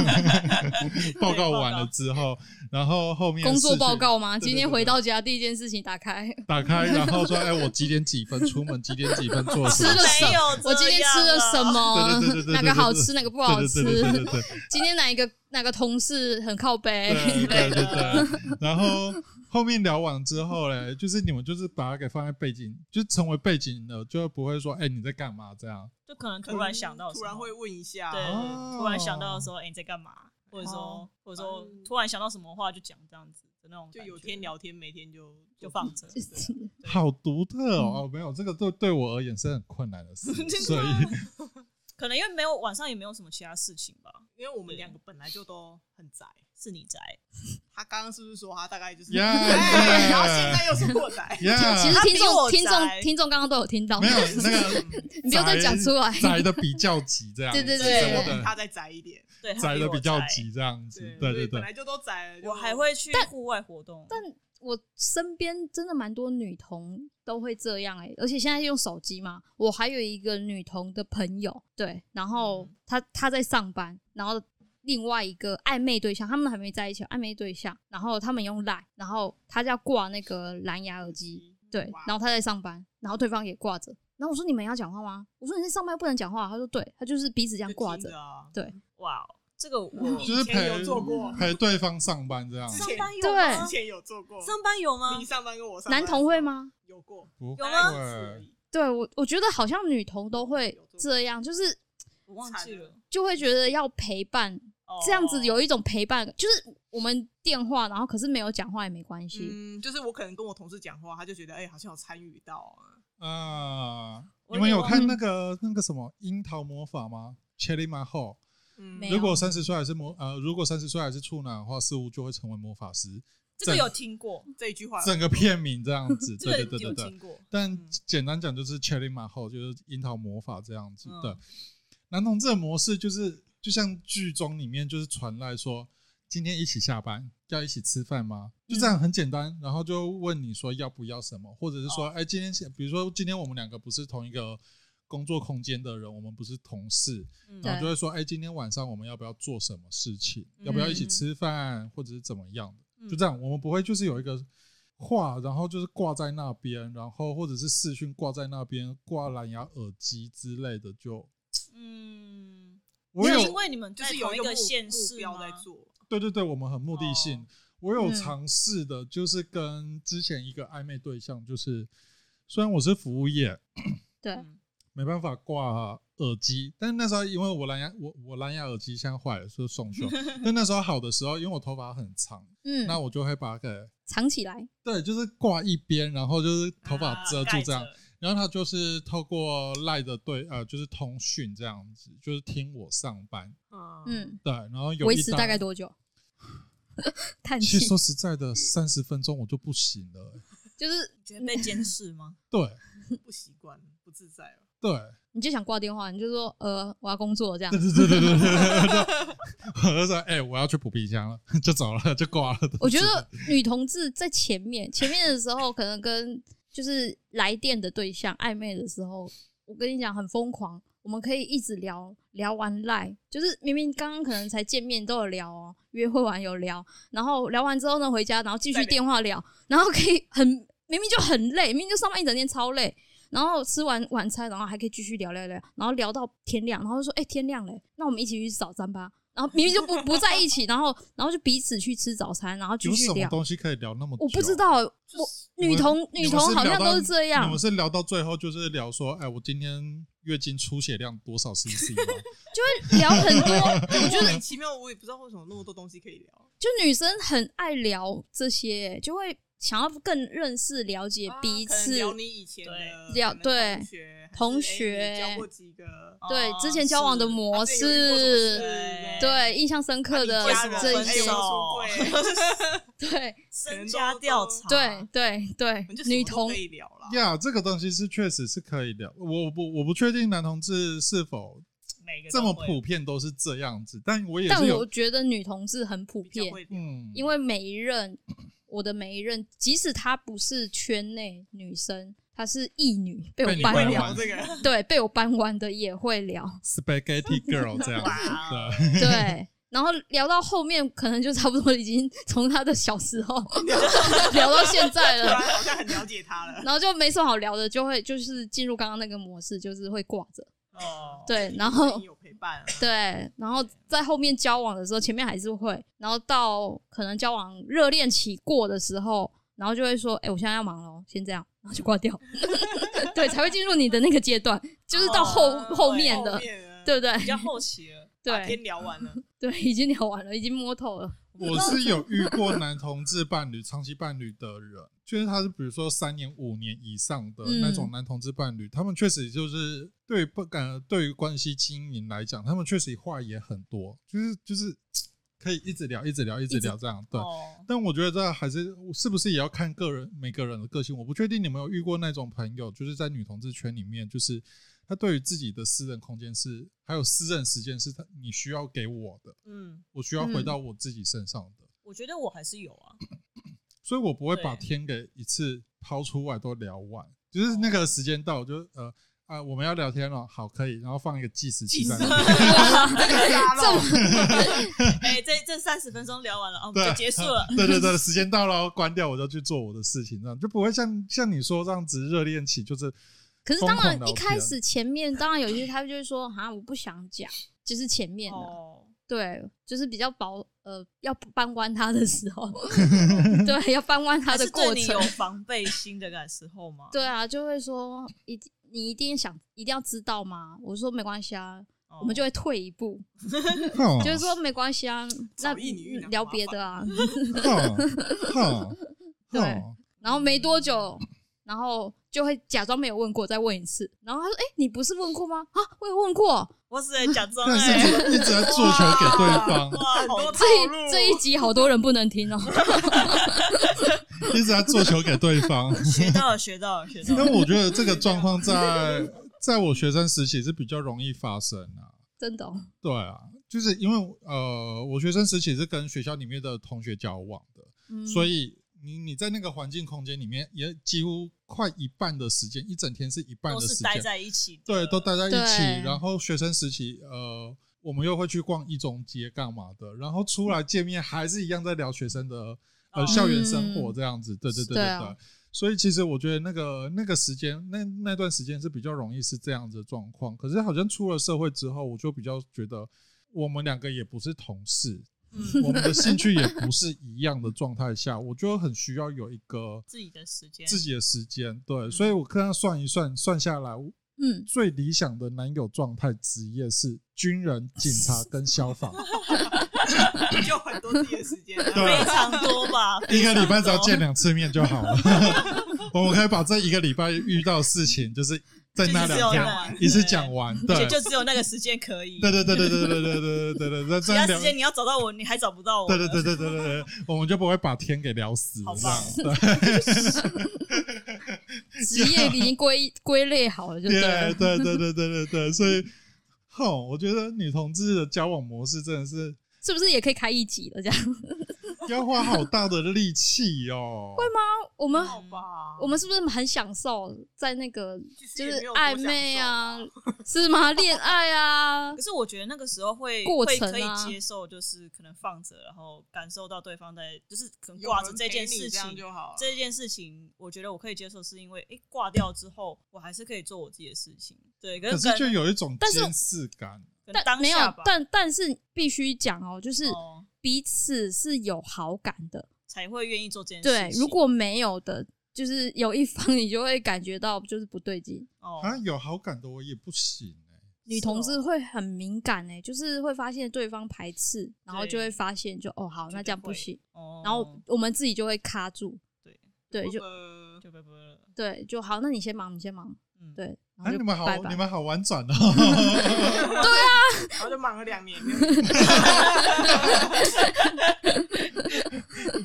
Speaker 1: 报告完了之后，然后后面
Speaker 2: 工作
Speaker 1: 视讯
Speaker 2: 报告吗？
Speaker 1: 对对
Speaker 2: 今天回到家第一件事情打开，
Speaker 1: 打开，然后说，哎，我几点几分出门，几点几分做什
Speaker 2: 吃
Speaker 1: 么
Speaker 2: 了什
Speaker 3: 没有这样啊
Speaker 2: 我今天吃了什么
Speaker 1: 对对对对对对？对
Speaker 2: 哪个好吃，哪个不好吃
Speaker 1: 对？对对对对
Speaker 2: 今天哪一个哪个同事很靠背？
Speaker 1: 对对啊对对对，然后后面聊完之后嘞，就是你们就是把它给放在背景，就成为背景了，就不会说，哎，你在干嘛这样？
Speaker 3: 就可能突然想到的时
Speaker 4: 突
Speaker 3: 候，
Speaker 4: 然会问一下，
Speaker 3: 对，
Speaker 1: 哦
Speaker 3: 突然想到的时候，哎、你在干嘛？或者说
Speaker 2: 哦，
Speaker 3: 或者说
Speaker 4: 嗯
Speaker 3: 突然想到什么话就讲这样子的那种感
Speaker 4: 就
Speaker 3: 觉，
Speaker 4: 有天聊天，没天就
Speaker 3: 就 放着。
Speaker 1: 好独特哦！哦，没有，这个对对我而言是很困难的 事，所以
Speaker 3: 可能因为没有晚上也没有什么其他事情吧，
Speaker 4: 因为我们两个本来就都很宅。
Speaker 3: 是你宅，
Speaker 4: 他刚刚是不是说他大 概就是？
Speaker 1: Yeah，
Speaker 4: 哎
Speaker 1: yeah
Speaker 4: 然后现在又说过宅，
Speaker 1: 呀，
Speaker 2: 其实听
Speaker 3: 他比我
Speaker 2: 众听
Speaker 3: 宅
Speaker 2: 众听众刚刚都有听到
Speaker 1: 没，有 那 个，
Speaker 4: 嗯
Speaker 2: 你不要再讲出来。
Speaker 1: 宅的比较急这样，
Speaker 2: 对对
Speaker 1: 是
Speaker 2: 对
Speaker 1: 真
Speaker 4: 比
Speaker 1: 的
Speaker 4: 他再宅一点，
Speaker 3: 对，他
Speaker 1: 宅的
Speaker 3: 我
Speaker 1: 比较
Speaker 3: 宅。
Speaker 1: 急这样子，对
Speaker 4: 所
Speaker 1: 对对
Speaker 4: 以本，来就都宅了，就
Speaker 3: 我还会去户外活动，但
Speaker 2: 我身边真的蛮多女童都会这样哎、而且现在用手机嘛，我还有一个女童的朋友，对，然后
Speaker 3: 嗯
Speaker 2: 她她在上班，然后另外一个暧昧对象，他们还没在一起，暧昧对象，然后他们用 Line，然后她要挂那个蓝牙耳机，对
Speaker 4: 嗯哇，
Speaker 2: 然后她在上班，然后对方也挂着，然后我说你们要讲话吗？我说你在上班不能讲话，啊她说对，她就是彼此这样
Speaker 4: 就
Speaker 2: 挂
Speaker 4: 听
Speaker 2: 着，
Speaker 4: 啊。
Speaker 3: 哇哦，这个我
Speaker 1: 就是
Speaker 4: 以前
Speaker 1: 陪
Speaker 4: 有做过
Speaker 1: 陪对方上班这样，
Speaker 4: 之
Speaker 3: 上
Speaker 4: 前
Speaker 3: 班有
Speaker 2: 对
Speaker 3: 吗
Speaker 4: 之？前有做过，
Speaker 3: 上班有吗
Speaker 4: 你？上班跟我上班
Speaker 2: 男童会？吗？
Speaker 4: 有过，
Speaker 1: 不
Speaker 3: 有吗
Speaker 4: 大概一次而已
Speaker 2: 对我我觉得好像女童都会
Speaker 4: 有这种
Speaker 2: 这样，就是。
Speaker 3: 我忘记了，
Speaker 2: 就会觉得要陪伴，
Speaker 3: 哦
Speaker 2: 这样子有一种陪伴，就是我们电话，然后可是没有讲话也没关系。
Speaker 4: 嗯，就是我可能跟我同事讲话，他就觉得哎、好像有参与到啊。
Speaker 1: 啊！
Speaker 3: 我
Speaker 1: 你们有
Speaker 3: 忘
Speaker 1: 看那个那个什么樱桃魔法吗？Cherry My h o
Speaker 4: 嗯，
Speaker 2: 没有
Speaker 1: 如果三十岁还是魔呃，如果三十岁还是处男的话，似乎就会成为魔法师，
Speaker 3: 这个有听过，
Speaker 4: 这一句话，
Speaker 1: 整个片名这样子，
Speaker 3: 这
Speaker 1: 对
Speaker 3: 个
Speaker 1: 对对
Speaker 3: 有
Speaker 1: 对对
Speaker 3: 听。过，
Speaker 1: 但
Speaker 4: 嗯
Speaker 1: 简单讲就是 Cherry My h o 就是樱桃魔法这样子
Speaker 3: 嗯
Speaker 1: 的。南同这个模式就是就像剧中里面就是传来说，今天一起下班要一起吃饭吗？就这样很简单，然后就问你说要不要什么，或者是说，哎、今天是比如说今天我们两个不是同一个工作空间的人，我们不是同事，
Speaker 3: 嗯
Speaker 1: 然后
Speaker 2: 对
Speaker 1: 就会说，哎、今天晚上我们要不要做什么事情？要不要一起
Speaker 2: 嗯
Speaker 1: 吃饭，或者是怎么样的？
Speaker 3: 嗯
Speaker 1: 就这样，我们不会就是有一个话，然后就是挂在那边，然后或者是视讯挂在那边，挂蓝牙耳机之类的。就
Speaker 3: 嗯，
Speaker 1: 我
Speaker 3: 是因
Speaker 1: 有
Speaker 3: 为你们
Speaker 4: 就
Speaker 3: 在
Speaker 4: 是有
Speaker 3: 同
Speaker 4: 一
Speaker 3: 一个
Speaker 4: 目
Speaker 3: 县
Speaker 4: 目
Speaker 3: 市
Speaker 4: 标在
Speaker 3: 吗
Speaker 4: 做，
Speaker 1: 对对对，我们很目的性。
Speaker 3: 哦
Speaker 1: 我有
Speaker 2: 嗯
Speaker 1: 尝试的，就是跟之前一个暧昧对象，就是虽然我是服务业，
Speaker 2: 对
Speaker 3: 嗯
Speaker 1: 没办法挂耳机，但是那时候因为我蓝牙我我蓝牙耳机现在坏了，所以送修。 但那时候好的时候，因为我头发很 长，
Speaker 2: 嗯，
Speaker 1: 那我就会把它给
Speaker 2: 藏起来，
Speaker 1: 对，就是挂一边，然后就是头发遮住
Speaker 3: 啊盖
Speaker 1: 这样。
Speaker 3: 着
Speaker 1: 然后他就是透过赖的对呃，就是通讯这样子，就是听我上班。
Speaker 4: 嗯，
Speaker 2: 嗯，
Speaker 1: 对，然后有
Speaker 2: 维
Speaker 1: 一
Speaker 2: 持
Speaker 1: 搭
Speaker 2: 大概多久？ 叹
Speaker 1: 其
Speaker 2: 气
Speaker 1: 实，说实在的，三十分钟我就不行了、欸
Speaker 2: 就是
Speaker 3: 你觉得被监视吗？
Speaker 1: 对
Speaker 4: 不习惯，不自在了。
Speaker 1: 对，
Speaker 2: 你就想挂电话，你就说呃我要工作这样
Speaker 1: 对。对对对对对 对，我就说哎、我要去补皮箱了， 就走了，就挂了。
Speaker 2: 我觉得女同志在前面，前面的时候可能跟就是来电的对象暧昧的时候，我跟你讲很疯狂，我们可以一直聊聊完赖，就是明明刚刚可能才见面都有聊哦，约会完有聊，然后聊完之后呢回家，然后继续电话聊，然后可以很明明就很累，明明就上班一整天超累。然后吃完晚餐，然后还可以继续聊聊聊，然后聊到天亮，然后就说：“哎、天亮嘞，那我们一起去吃早餐吧。”然后明明就不 不在一起，然后然后就彼此去吃早餐，然后继
Speaker 1: 有
Speaker 2: 续
Speaker 1: 什么
Speaker 2: 聊。
Speaker 1: 东西可以聊那么久？
Speaker 2: 我不知，道，我
Speaker 1: 你
Speaker 2: 女
Speaker 1: 们
Speaker 2: 同
Speaker 1: 你
Speaker 2: 女
Speaker 1: 们
Speaker 2: 同
Speaker 1: 是
Speaker 2: 好
Speaker 1: 聊
Speaker 2: 像
Speaker 1: 到
Speaker 2: 都是这
Speaker 1: 你
Speaker 2: 样
Speaker 1: 们，是聊到最后就是聊说，哎、我今天月经出血量多少 cc 吗？
Speaker 2: 聊很多，
Speaker 4: 我觉得莫名其妙，我也不知道为什么那么多东西可以聊。
Speaker 2: 就女生很爱聊这些，就会想要更认识了解
Speaker 4: 啊
Speaker 2: 彼
Speaker 4: 可能
Speaker 2: 此。
Speaker 4: 聊你以前的
Speaker 2: 聊
Speaker 4: 可能同
Speaker 2: 同
Speaker 4: 学还是，
Speaker 2: 学
Speaker 4: 哎你交过几个
Speaker 3: 哦
Speaker 2: 对之前交往的
Speaker 3: 是
Speaker 2: 模
Speaker 4: 啊之前有遇过什么
Speaker 2: 式，
Speaker 4: 事
Speaker 3: 对
Speaker 2: 对印象深刻的
Speaker 4: 啊你家人
Speaker 2: 这一
Speaker 3: 分
Speaker 2: 些
Speaker 4: 哎，有没有出柜
Speaker 2: 对
Speaker 3: 身家调查，
Speaker 2: 对对对
Speaker 4: 我啊们就，什么
Speaker 2: 女
Speaker 4: 都
Speaker 2: 同
Speaker 4: 可以聊啦。
Speaker 1: 呀这个东西是确实是可以聊，我不我不确定男同志是否
Speaker 3: 每个
Speaker 1: 这
Speaker 3: 都
Speaker 1: 么
Speaker 3: 会
Speaker 1: 普遍都是这样子，但我也
Speaker 2: 但
Speaker 1: 是
Speaker 2: 我
Speaker 1: 有
Speaker 2: 觉得女同志很普
Speaker 4: 比较
Speaker 2: 遍，
Speaker 4: 会聊
Speaker 1: 嗯，
Speaker 2: 因
Speaker 1: 为
Speaker 2: 为每一任我的每一任，即使她不是圈内女生，她是异女，被我
Speaker 1: 被你
Speaker 2: 掰
Speaker 1: 掰弯，，
Speaker 2: 弯
Speaker 4: 聊这个，
Speaker 2: 对，被我搬弯的也会聊
Speaker 1: spaghetti girl 这样子，
Speaker 2: 哦
Speaker 4: 哇，
Speaker 1: 对，啊
Speaker 2: 对。然后聊到后面，可能就差不多已经从她的小时 候聊到现在
Speaker 4: 突
Speaker 2: 了，
Speaker 4: 然好像很了解他了。
Speaker 2: 然后就没什么好聊的，就会就是进入刚刚那个模式，就是会挂着，
Speaker 3: 哦，
Speaker 2: 对，然后
Speaker 4: 你有陪伴啊，
Speaker 2: 对，然后在后面交往的时候，前面还是会，然后到可能交往热恋期过的时候，然后就会说：“哎、我现在要忙了，先这样。”然后就挂掉， 对，才会进入你的那个阶段，就是到后、
Speaker 3: 哦
Speaker 2: 后面的
Speaker 4: 后，面啊
Speaker 2: 对不对？
Speaker 3: 比较后期了。
Speaker 4: 把天
Speaker 2: 对
Speaker 4: 聊完了，
Speaker 2: 对，已经聊完了，已经摸透了。
Speaker 1: 我是有遇过男同志伴侣、长期伴侣的人，就是他是比如说三年、五年以上的
Speaker 2: 嗯
Speaker 1: 那种男同志伴侣，他们确实就是对不敢对于关系经营来讲，他们确实话也很多，就是就是可以一直聊、一直聊、一直
Speaker 2: 一直
Speaker 1: 聊这样。对，
Speaker 3: 哦，
Speaker 1: 但我觉得这还是是不是也要看个人每个人的个性。我不确定你们有遇过那种朋友，就是在女同志圈里面，就是他对于自己的私人空间是还有私人时间是他你需要给我的，
Speaker 3: 嗯，
Speaker 1: 我需要回
Speaker 2: 嗯
Speaker 1: 到我自己身上的，
Speaker 3: 我觉得我还是有啊，
Speaker 1: 所以我不会把
Speaker 3: 对
Speaker 1: 天给一次抛出来都聊完，就是那个时间到，我就呃啊我们要聊天了，好可以，然后放一个计时器在 那边。
Speaker 4: 这
Speaker 3: 哎，这这三十分钟聊完了，哦，我们
Speaker 1: 对，。
Speaker 3: 就结束了
Speaker 1: 对对对，时间到了，关掉，我就去做我的事情，这样就不会像像你说这样子热恋期，就是
Speaker 2: 可是当
Speaker 1: 疯
Speaker 2: 然
Speaker 1: 狂聊
Speaker 2: 一
Speaker 1: 天
Speaker 2: 开始前面当然有一些他就会说：“啊，我不想讲。”就是前面的，
Speaker 3: 哦，
Speaker 2: 对，就是比较薄，呃，要搬弯他的时候， 对，要搬弯他
Speaker 3: 还
Speaker 2: 的
Speaker 3: 是
Speaker 2: 过
Speaker 3: 对你
Speaker 2: 程
Speaker 3: 有，防备心的感时候吗？
Speaker 2: 对啊，就会说一定你一定想一定要知道吗？我说没关系啊，
Speaker 3: 哦，
Speaker 2: 我们就会退一步，
Speaker 1: 哼
Speaker 2: 就是说没关系啊，那
Speaker 4: 找一女一男
Speaker 2: 聊
Speaker 4: 麻
Speaker 2: 别的 啊。
Speaker 1: 哼哼
Speaker 2: 对
Speaker 1: 哼
Speaker 2: 然后没多久，然后就会假装没有问过，再问一次。然后他说：“哎、你不是问过吗？啊，我有问过。
Speaker 3: 我只能假装
Speaker 1: 但是
Speaker 3: 哎，
Speaker 1: 一直一直在做球给对
Speaker 3: 哇，
Speaker 1: 方，
Speaker 4: 嗯 很多
Speaker 3: 好
Speaker 4: 套
Speaker 2: 这一
Speaker 4: 路，
Speaker 2: 这一集好多人不能听哦、
Speaker 1: 一直在做球给对方。
Speaker 3: 学到了，学到了，学到
Speaker 1: 但
Speaker 3: 了。
Speaker 1: 我觉得这个状况在在我学生时期是比较容易发生啊，
Speaker 2: 真的、哦，
Speaker 1: 对啊，就是因为呃，我学生时期是跟学校里面的同学交往的，
Speaker 2: 嗯
Speaker 1: 所以你你在那个环境空间里面，也几乎快一半的时间，一整天是一半
Speaker 3: 都
Speaker 1: 的时
Speaker 3: 是待
Speaker 1: 间，
Speaker 3: 在一起的，
Speaker 1: 对，都待在一
Speaker 2: 对
Speaker 1: 起。然后学生时期，呃，我们又会去逛一中街干嘛的，然后出来见面还是一样在聊学生的呃
Speaker 3: 哦
Speaker 1: 校园生活这样子，对对对
Speaker 2: 对
Speaker 1: 对
Speaker 2: 啊
Speaker 1: 对。所以其实我觉得那个那个时间那那段时间是比较容易是这样子的状况，可是好像出了社会之后，我就比较觉得我们两个也不是同事，
Speaker 3: 嗯
Speaker 1: 我们的兴 趣也不是一样的状态下，我就很需要有一个
Speaker 3: 自己的嗯时间，
Speaker 1: 自己的时间。对，所以我跟他算一算，算下来，我
Speaker 2: 嗯，
Speaker 1: 最理想的男友状态职业是军人、警察跟 消防，
Speaker 4: 就很多自己的时间啊。
Speaker 1: 对
Speaker 3: 非常多吧，
Speaker 1: 一
Speaker 3: 非
Speaker 1: 个
Speaker 3: 常多
Speaker 1: 礼拜只要见两次面就 好了。我们可以把这一个礼拜遇到的事情，就是在那
Speaker 3: 就是只有
Speaker 1: 两
Speaker 3: 那
Speaker 1: 天一次讲完。
Speaker 3: 而且
Speaker 1: 对，
Speaker 3: 就只有那个时间可以，
Speaker 1: 对对对对对对对对对对对对，
Speaker 3: 其
Speaker 1: 这
Speaker 3: 他
Speaker 1: 样
Speaker 3: 时
Speaker 1: 聊。
Speaker 3: 间你要找到我，你还找不到我，
Speaker 1: 对对对对对对对，我们就不会把天给聊死
Speaker 3: 好
Speaker 1: 这样
Speaker 3: 棒。
Speaker 1: 对。
Speaker 2: 职业已经归归类好了，就对
Speaker 1: 对
Speaker 2: 了。
Speaker 1: 对对对对对对，所以，吼，我觉得女同志的交往模式真的是
Speaker 2: 是不是也可以开一集了？这样，
Speaker 1: 要花好大的力气哦。会吗？
Speaker 2: 我们
Speaker 4: 好吧，
Speaker 2: 我们是不是很享受在那个
Speaker 4: 其实
Speaker 2: 就
Speaker 4: 也
Speaker 2: 是
Speaker 4: 没有多
Speaker 2: 暧昧啊
Speaker 4: 享受，
Speaker 2: 是吗？恋爱啊
Speaker 3: 可，是我觉得那个时候会
Speaker 2: 过
Speaker 3: 会
Speaker 2: 程
Speaker 3: 可以
Speaker 2: 啊
Speaker 3: 接受，就是可能放着，然后感受到对方在，就是可能
Speaker 4: 有
Speaker 3: 挂
Speaker 4: 人
Speaker 3: 着
Speaker 4: 陪
Speaker 3: 这件
Speaker 4: 你
Speaker 3: 事
Speaker 4: 这样
Speaker 3: 情。
Speaker 4: 就好了。
Speaker 3: 这件事情，我觉得我可以接受，是因为诶挂掉之后，我还是可以做我自己的事情。对，可
Speaker 1: 可
Speaker 3: 是
Speaker 1: 是就
Speaker 3: 可
Speaker 1: 有一种
Speaker 2: 但是
Speaker 1: 监视感。
Speaker 3: 能
Speaker 2: 但
Speaker 3: 当
Speaker 2: 没有
Speaker 3: 下吧，，
Speaker 2: 但但是必须讲哦，就是
Speaker 3: 哦
Speaker 2: 彼此是有好感的。
Speaker 3: 才会愿意做这件
Speaker 2: 对
Speaker 3: 事情。，
Speaker 2: 如果没有的，就是有一方你就会感觉到就是不对劲。
Speaker 3: 哦，
Speaker 1: 啊，有好感的我也不行哎、
Speaker 2: 女
Speaker 3: 是
Speaker 2: 同
Speaker 3: 哦
Speaker 2: 志会很敏感哎、就是会发现对方排斥，然后就
Speaker 3: 对
Speaker 2: 会发现就哦好，
Speaker 3: 绝
Speaker 2: 那
Speaker 3: 对
Speaker 2: 这样不
Speaker 3: 会
Speaker 2: 行，
Speaker 3: 哦
Speaker 2: 然后我们自己就会卡住，
Speaker 3: 对
Speaker 2: 对，就
Speaker 4: 呃，
Speaker 3: 就拜拜了。
Speaker 2: 对就好，那你先忙，你先忙，
Speaker 3: 嗯，
Speaker 2: 对，
Speaker 1: 啊，
Speaker 2: 然后
Speaker 1: 你
Speaker 2: 哦就
Speaker 1: 们好，
Speaker 2: 拜拜
Speaker 1: 你。们好婉转哦。
Speaker 4: 然后就忙了两年，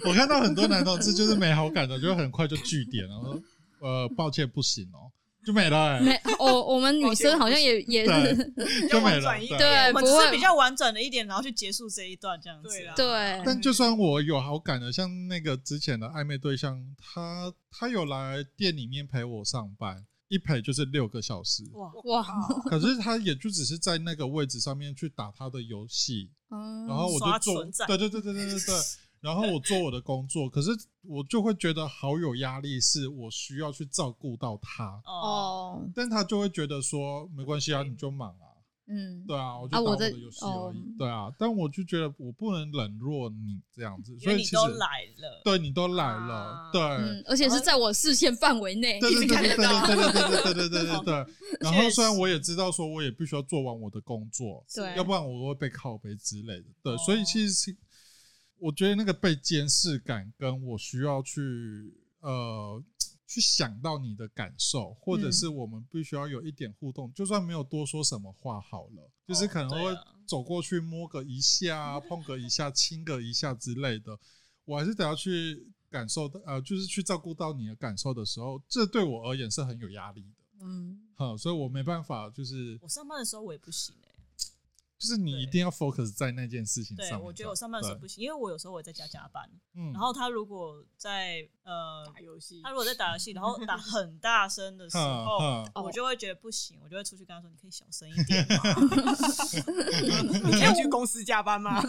Speaker 1: 我看到很多男同志就是没好感的，就很快就据点了。我说呃，抱歉，不行哦，就没了、欸。
Speaker 2: 没，哦，我们女
Speaker 4: 抱歉
Speaker 2: 生
Speaker 4: 我
Speaker 2: 好
Speaker 4: 不
Speaker 2: 像也 也
Speaker 1: 对
Speaker 2: 是
Speaker 1: 就
Speaker 4: 要
Speaker 1: 没
Speaker 4: 婉
Speaker 1: 了
Speaker 4: 转一。
Speaker 2: 对
Speaker 3: 我们
Speaker 2: 不
Speaker 3: 只是
Speaker 2: 会
Speaker 3: 比较婉转的一点，然后去结束这一段这样子。啊
Speaker 4: 对啦
Speaker 2: 对，
Speaker 1: 但就算我有好感的，像那个之前的暧昧对象，他他有来店里面陪我上班，一陪就是六个小时。
Speaker 3: 哇，
Speaker 2: 哇，
Speaker 1: 可是他也就只是在那个位置上面去打他的游戏，
Speaker 2: 嗯，
Speaker 1: 然后我就
Speaker 3: 刷
Speaker 1: 做，
Speaker 3: 存在
Speaker 1: 对对对对对对 对，然后我做我的工作，可是我就会觉得好有压力，是我需要去照顾到他，
Speaker 3: 哦，
Speaker 2: 哦，
Speaker 1: 但他就会觉得说没关系啊，你就忙啊，
Speaker 2: 嗯，
Speaker 1: 对啊，我就
Speaker 2: 啊
Speaker 1: 打
Speaker 2: 我
Speaker 1: 我
Speaker 2: 的
Speaker 1: 的游戏而已
Speaker 2: 哦，
Speaker 1: 对啊，但我就觉得我不能冷落你这样子，
Speaker 3: 因
Speaker 1: 所
Speaker 3: 为
Speaker 1: 以
Speaker 3: 你
Speaker 1: 其实
Speaker 3: 都来了，
Speaker 1: 对你都来了
Speaker 4: 啊，
Speaker 1: 对，
Speaker 2: 嗯，而且是在我视线范围内
Speaker 1: 对对对对对对对对对对对对对对，
Speaker 3: 到
Speaker 1: 对然后虽然我也知道说，我也必须要做完我的工作，
Speaker 2: 对
Speaker 1: 要不然我会被靠背之类的。对，
Speaker 3: 哦
Speaker 1: 所以其实是我觉得那个被监视感，跟我需要去呃去想到你的感受，或者是我们必须要有一点互动，就算没有多说什么话好了，就是可能
Speaker 3: 对
Speaker 1: 会
Speaker 3: 啊
Speaker 1: 走过去摸个一下啊、 碰个一下、亲个一下之类的。我还是得要去感受到，呃，就是去照顾到你的感受的时候，这对我而言是很有压力的。
Speaker 2: 嗯，
Speaker 1: 哈，所以我没办法，就是
Speaker 3: 我上班的时候我也不行哎、
Speaker 1: 就是你一定要 focus 在那件事情上
Speaker 3: 对，
Speaker 1: 面。
Speaker 3: 我觉得我上班的时候不
Speaker 1: 对，
Speaker 3: 行，因为我有时候我在家加班，
Speaker 1: 嗯，
Speaker 3: 然后他如果在呃，
Speaker 4: 打游戏
Speaker 3: 他，如果在打游戏，然后打很大声的时候，
Speaker 1: 哈哈，
Speaker 3: 我就会觉得不行，我就会出去跟他说：“你可以小声一点嘛。
Speaker 4: 你可以去公司加 班吗？”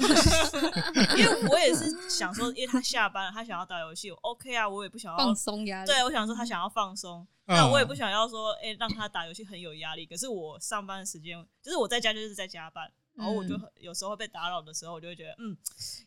Speaker 3: 因为我也是想说，因为他下班了，他想要打游戏我，OK 啊，我也不想
Speaker 2: 放
Speaker 3: 要。
Speaker 2: 松压力，
Speaker 3: 对，我想说他想要放松，那我也
Speaker 1: 嗯啊
Speaker 3: 不想要说，哎、让他打游戏很有压力。可是我上班的时间，就是我在家就是在加班，然后我就
Speaker 2: 嗯
Speaker 3: 很有时候会被打扰的时候，我就会觉得嗯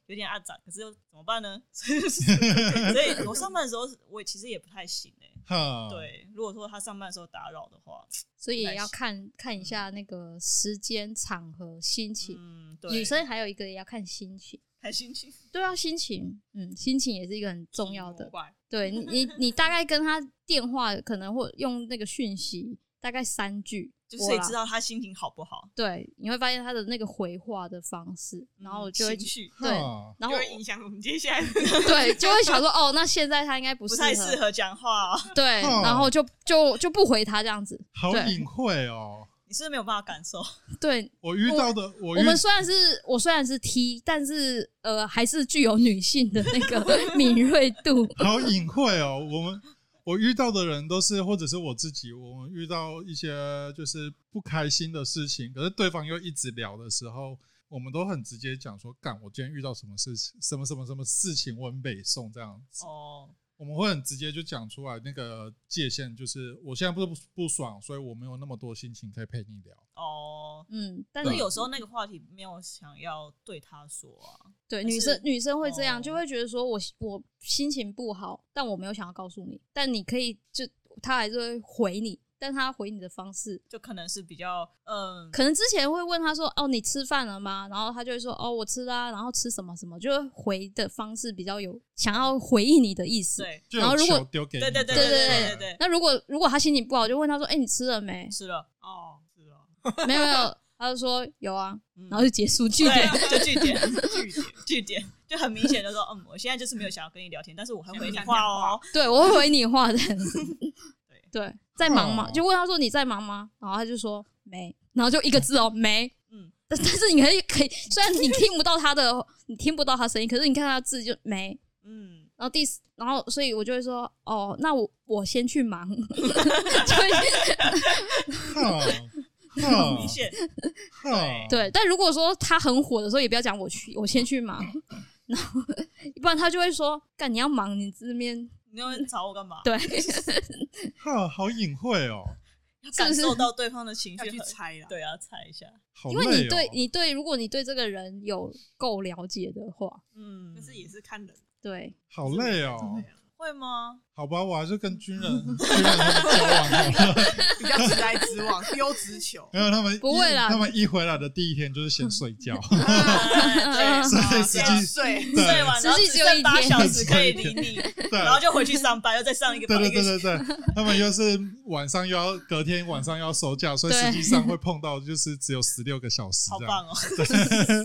Speaker 3: 有点暗杂，可是又怎么办呢？ 所以我上班的时候，我其实也不太行哎、
Speaker 1: 哈，，
Speaker 3: 对，如果说他上班的时候打扰的话，
Speaker 2: 所以
Speaker 3: 不
Speaker 2: 也
Speaker 3: 太
Speaker 2: 要
Speaker 3: 行
Speaker 2: 看看一下那个时间、场合、心情。
Speaker 3: 嗯，对，
Speaker 2: 女生还有一个也要看心情，
Speaker 3: 还心情
Speaker 2: 对啊，心情，嗯，心情也是一个很重要
Speaker 4: 奇
Speaker 2: 的。
Speaker 4: 怪
Speaker 2: 对你，你你大概跟他电话可能会用那个讯息，大概三句，
Speaker 3: 就是可以
Speaker 2: 我啦
Speaker 3: 知。道他心情好不好，嗯
Speaker 2: 对，你会发现他的那个回话的方式，然后我就会
Speaker 3: 情绪
Speaker 2: 对，
Speaker 1: 哈，
Speaker 2: 然
Speaker 4: 就
Speaker 2: 后
Speaker 4: 会影响我们接下 来的
Speaker 2: 对就会想说，哦，那现在他应该不
Speaker 3: 不
Speaker 2: 适
Speaker 3: 太适
Speaker 2: 合，
Speaker 3: 合讲话、哦。
Speaker 2: 对，然后就就就不回他这样子，
Speaker 1: 好
Speaker 2: 对
Speaker 1: 隐晦哦，
Speaker 3: 你是不是没有办法感 受？
Speaker 2: 对
Speaker 1: 我遇到的
Speaker 3: 哦
Speaker 1: 我
Speaker 2: 我
Speaker 1: 遇
Speaker 2: 们虽然是我虽然是 T，但是呃还是具有女性的那个 敏锐度。
Speaker 1: 好隐晦哦，我们我遇到的人都是，或者是我自己，我们遇到一些就是不开心的事情，可是对方又一直聊的时候，我们都很直接讲说，干，我今天遇到什么事情，什么什么什么事情，我很北宋这样子，
Speaker 3: 哦，
Speaker 1: 我们会很直接就讲出来那个界限，就是我现在不不爽，所以我没有那么多心情可以陪你聊。
Speaker 3: 哦，
Speaker 2: 嗯，
Speaker 3: 但
Speaker 2: 但是
Speaker 3: 是
Speaker 1: 对
Speaker 3: 有时候那个话题没有想要对他说啊，
Speaker 2: 对
Speaker 3: 但
Speaker 2: 女
Speaker 3: 是
Speaker 2: 生女生会这样，
Speaker 3: 哦
Speaker 2: 就会觉得说我我心情不好，但我没有想要告诉你，但你可以就他还是会回你，但他回你的方式
Speaker 3: 就可能是比较嗯，
Speaker 2: 可能之前会问他说：“哦，你吃饭了吗？”然后他就会说：“哦，我吃啦、然后吃什么什么，就会回的方式比较有想要回应你的意思。
Speaker 3: 对，
Speaker 1: 就
Speaker 2: 然后
Speaker 1: 有
Speaker 2: 如果
Speaker 1: 球丢给你
Speaker 3: 对
Speaker 1: 这
Speaker 3: 对
Speaker 1: 样，
Speaker 3: 对
Speaker 2: 对
Speaker 3: 对
Speaker 2: 对
Speaker 3: 对对
Speaker 2: 那如果如果他心情不好，我就问他说：“哎、你吃了没
Speaker 3: 是了，
Speaker 4: 哦，是哦，？”
Speaker 2: 没有没有，他就说有啊，
Speaker 3: 嗯
Speaker 2: 然后就结束据点。
Speaker 3: 对， 就据点，据点，据点，就很明显的说，嗯，我现在就是没有想要跟你聊天，但是我 还回你话哦。
Speaker 2: 对，我会回你话的。 对，在忙吗？
Speaker 1: 哦
Speaker 2: 就问他说你在忙吗？然后他就说没，然后就一个字哦，没。嗯
Speaker 3: 嗯，
Speaker 2: 但但是你可以可以，虽然你听不到他的，你听不到他声音，可是你看他字就没。
Speaker 3: 嗯，
Speaker 2: 然后第四，然后所以我就会说，哦，那我我先去忙， 就会
Speaker 1: 哈哈
Speaker 3: 明显
Speaker 1: 哈，
Speaker 2: 对。但如果说他很火的时候，也不要讲我去，我先去忙，然后不然他就会说，干你要忙，你这边
Speaker 3: 你要找我干嘛？
Speaker 2: 对，
Speaker 1: 哈，好隐晦哦，
Speaker 3: 要
Speaker 2: 是不
Speaker 3: 感
Speaker 2: 是
Speaker 3: 受到对方的情
Speaker 4: 要
Speaker 3: 绪
Speaker 4: 去
Speaker 3: 很，
Speaker 4: 猜啦。
Speaker 3: 对啊，猜一下。
Speaker 1: 好
Speaker 2: 因为
Speaker 1: 累
Speaker 2: 你对
Speaker 1: 哦。
Speaker 2: 你对，如果你对这个人有够了解的话，
Speaker 3: 嗯，
Speaker 4: 但是也是看人，
Speaker 2: 对，
Speaker 1: 好累哦
Speaker 4: 真的，呀
Speaker 3: 会 吗？
Speaker 1: 好吧，我还是跟军人军人他们交往好了，
Speaker 4: 比较直来直往，丢直球。
Speaker 1: 没有他们
Speaker 2: 不会啦
Speaker 1: 一他们一回来的第一天就是先睡 觉，
Speaker 2: 嗯
Speaker 3: 对
Speaker 1: 所以实
Speaker 4: 先
Speaker 1: 际
Speaker 4: 睡，
Speaker 1: 对
Speaker 3: 睡完然后
Speaker 2: 实际
Speaker 3: 只
Speaker 2: 只有一
Speaker 3: 剩八
Speaker 2: 天
Speaker 3: 小时可以理你，
Speaker 1: 对
Speaker 3: 然后就回去上班，又再上一个
Speaker 1: 对
Speaker 3: 班
Speaker 1: 对
Speaker 3: 一个小
Speaker 1: 对
Speaker 3: 时。
Speaker 1: 对对，他们又是晚上又要隔天晚上要收假，所以
Speaker 2: 对
Speaker 1: 实际上会碰到就是只有十六个小时
Speaker 3: 好
Speaker 1: 这样，
Speaker 3: 棒哦！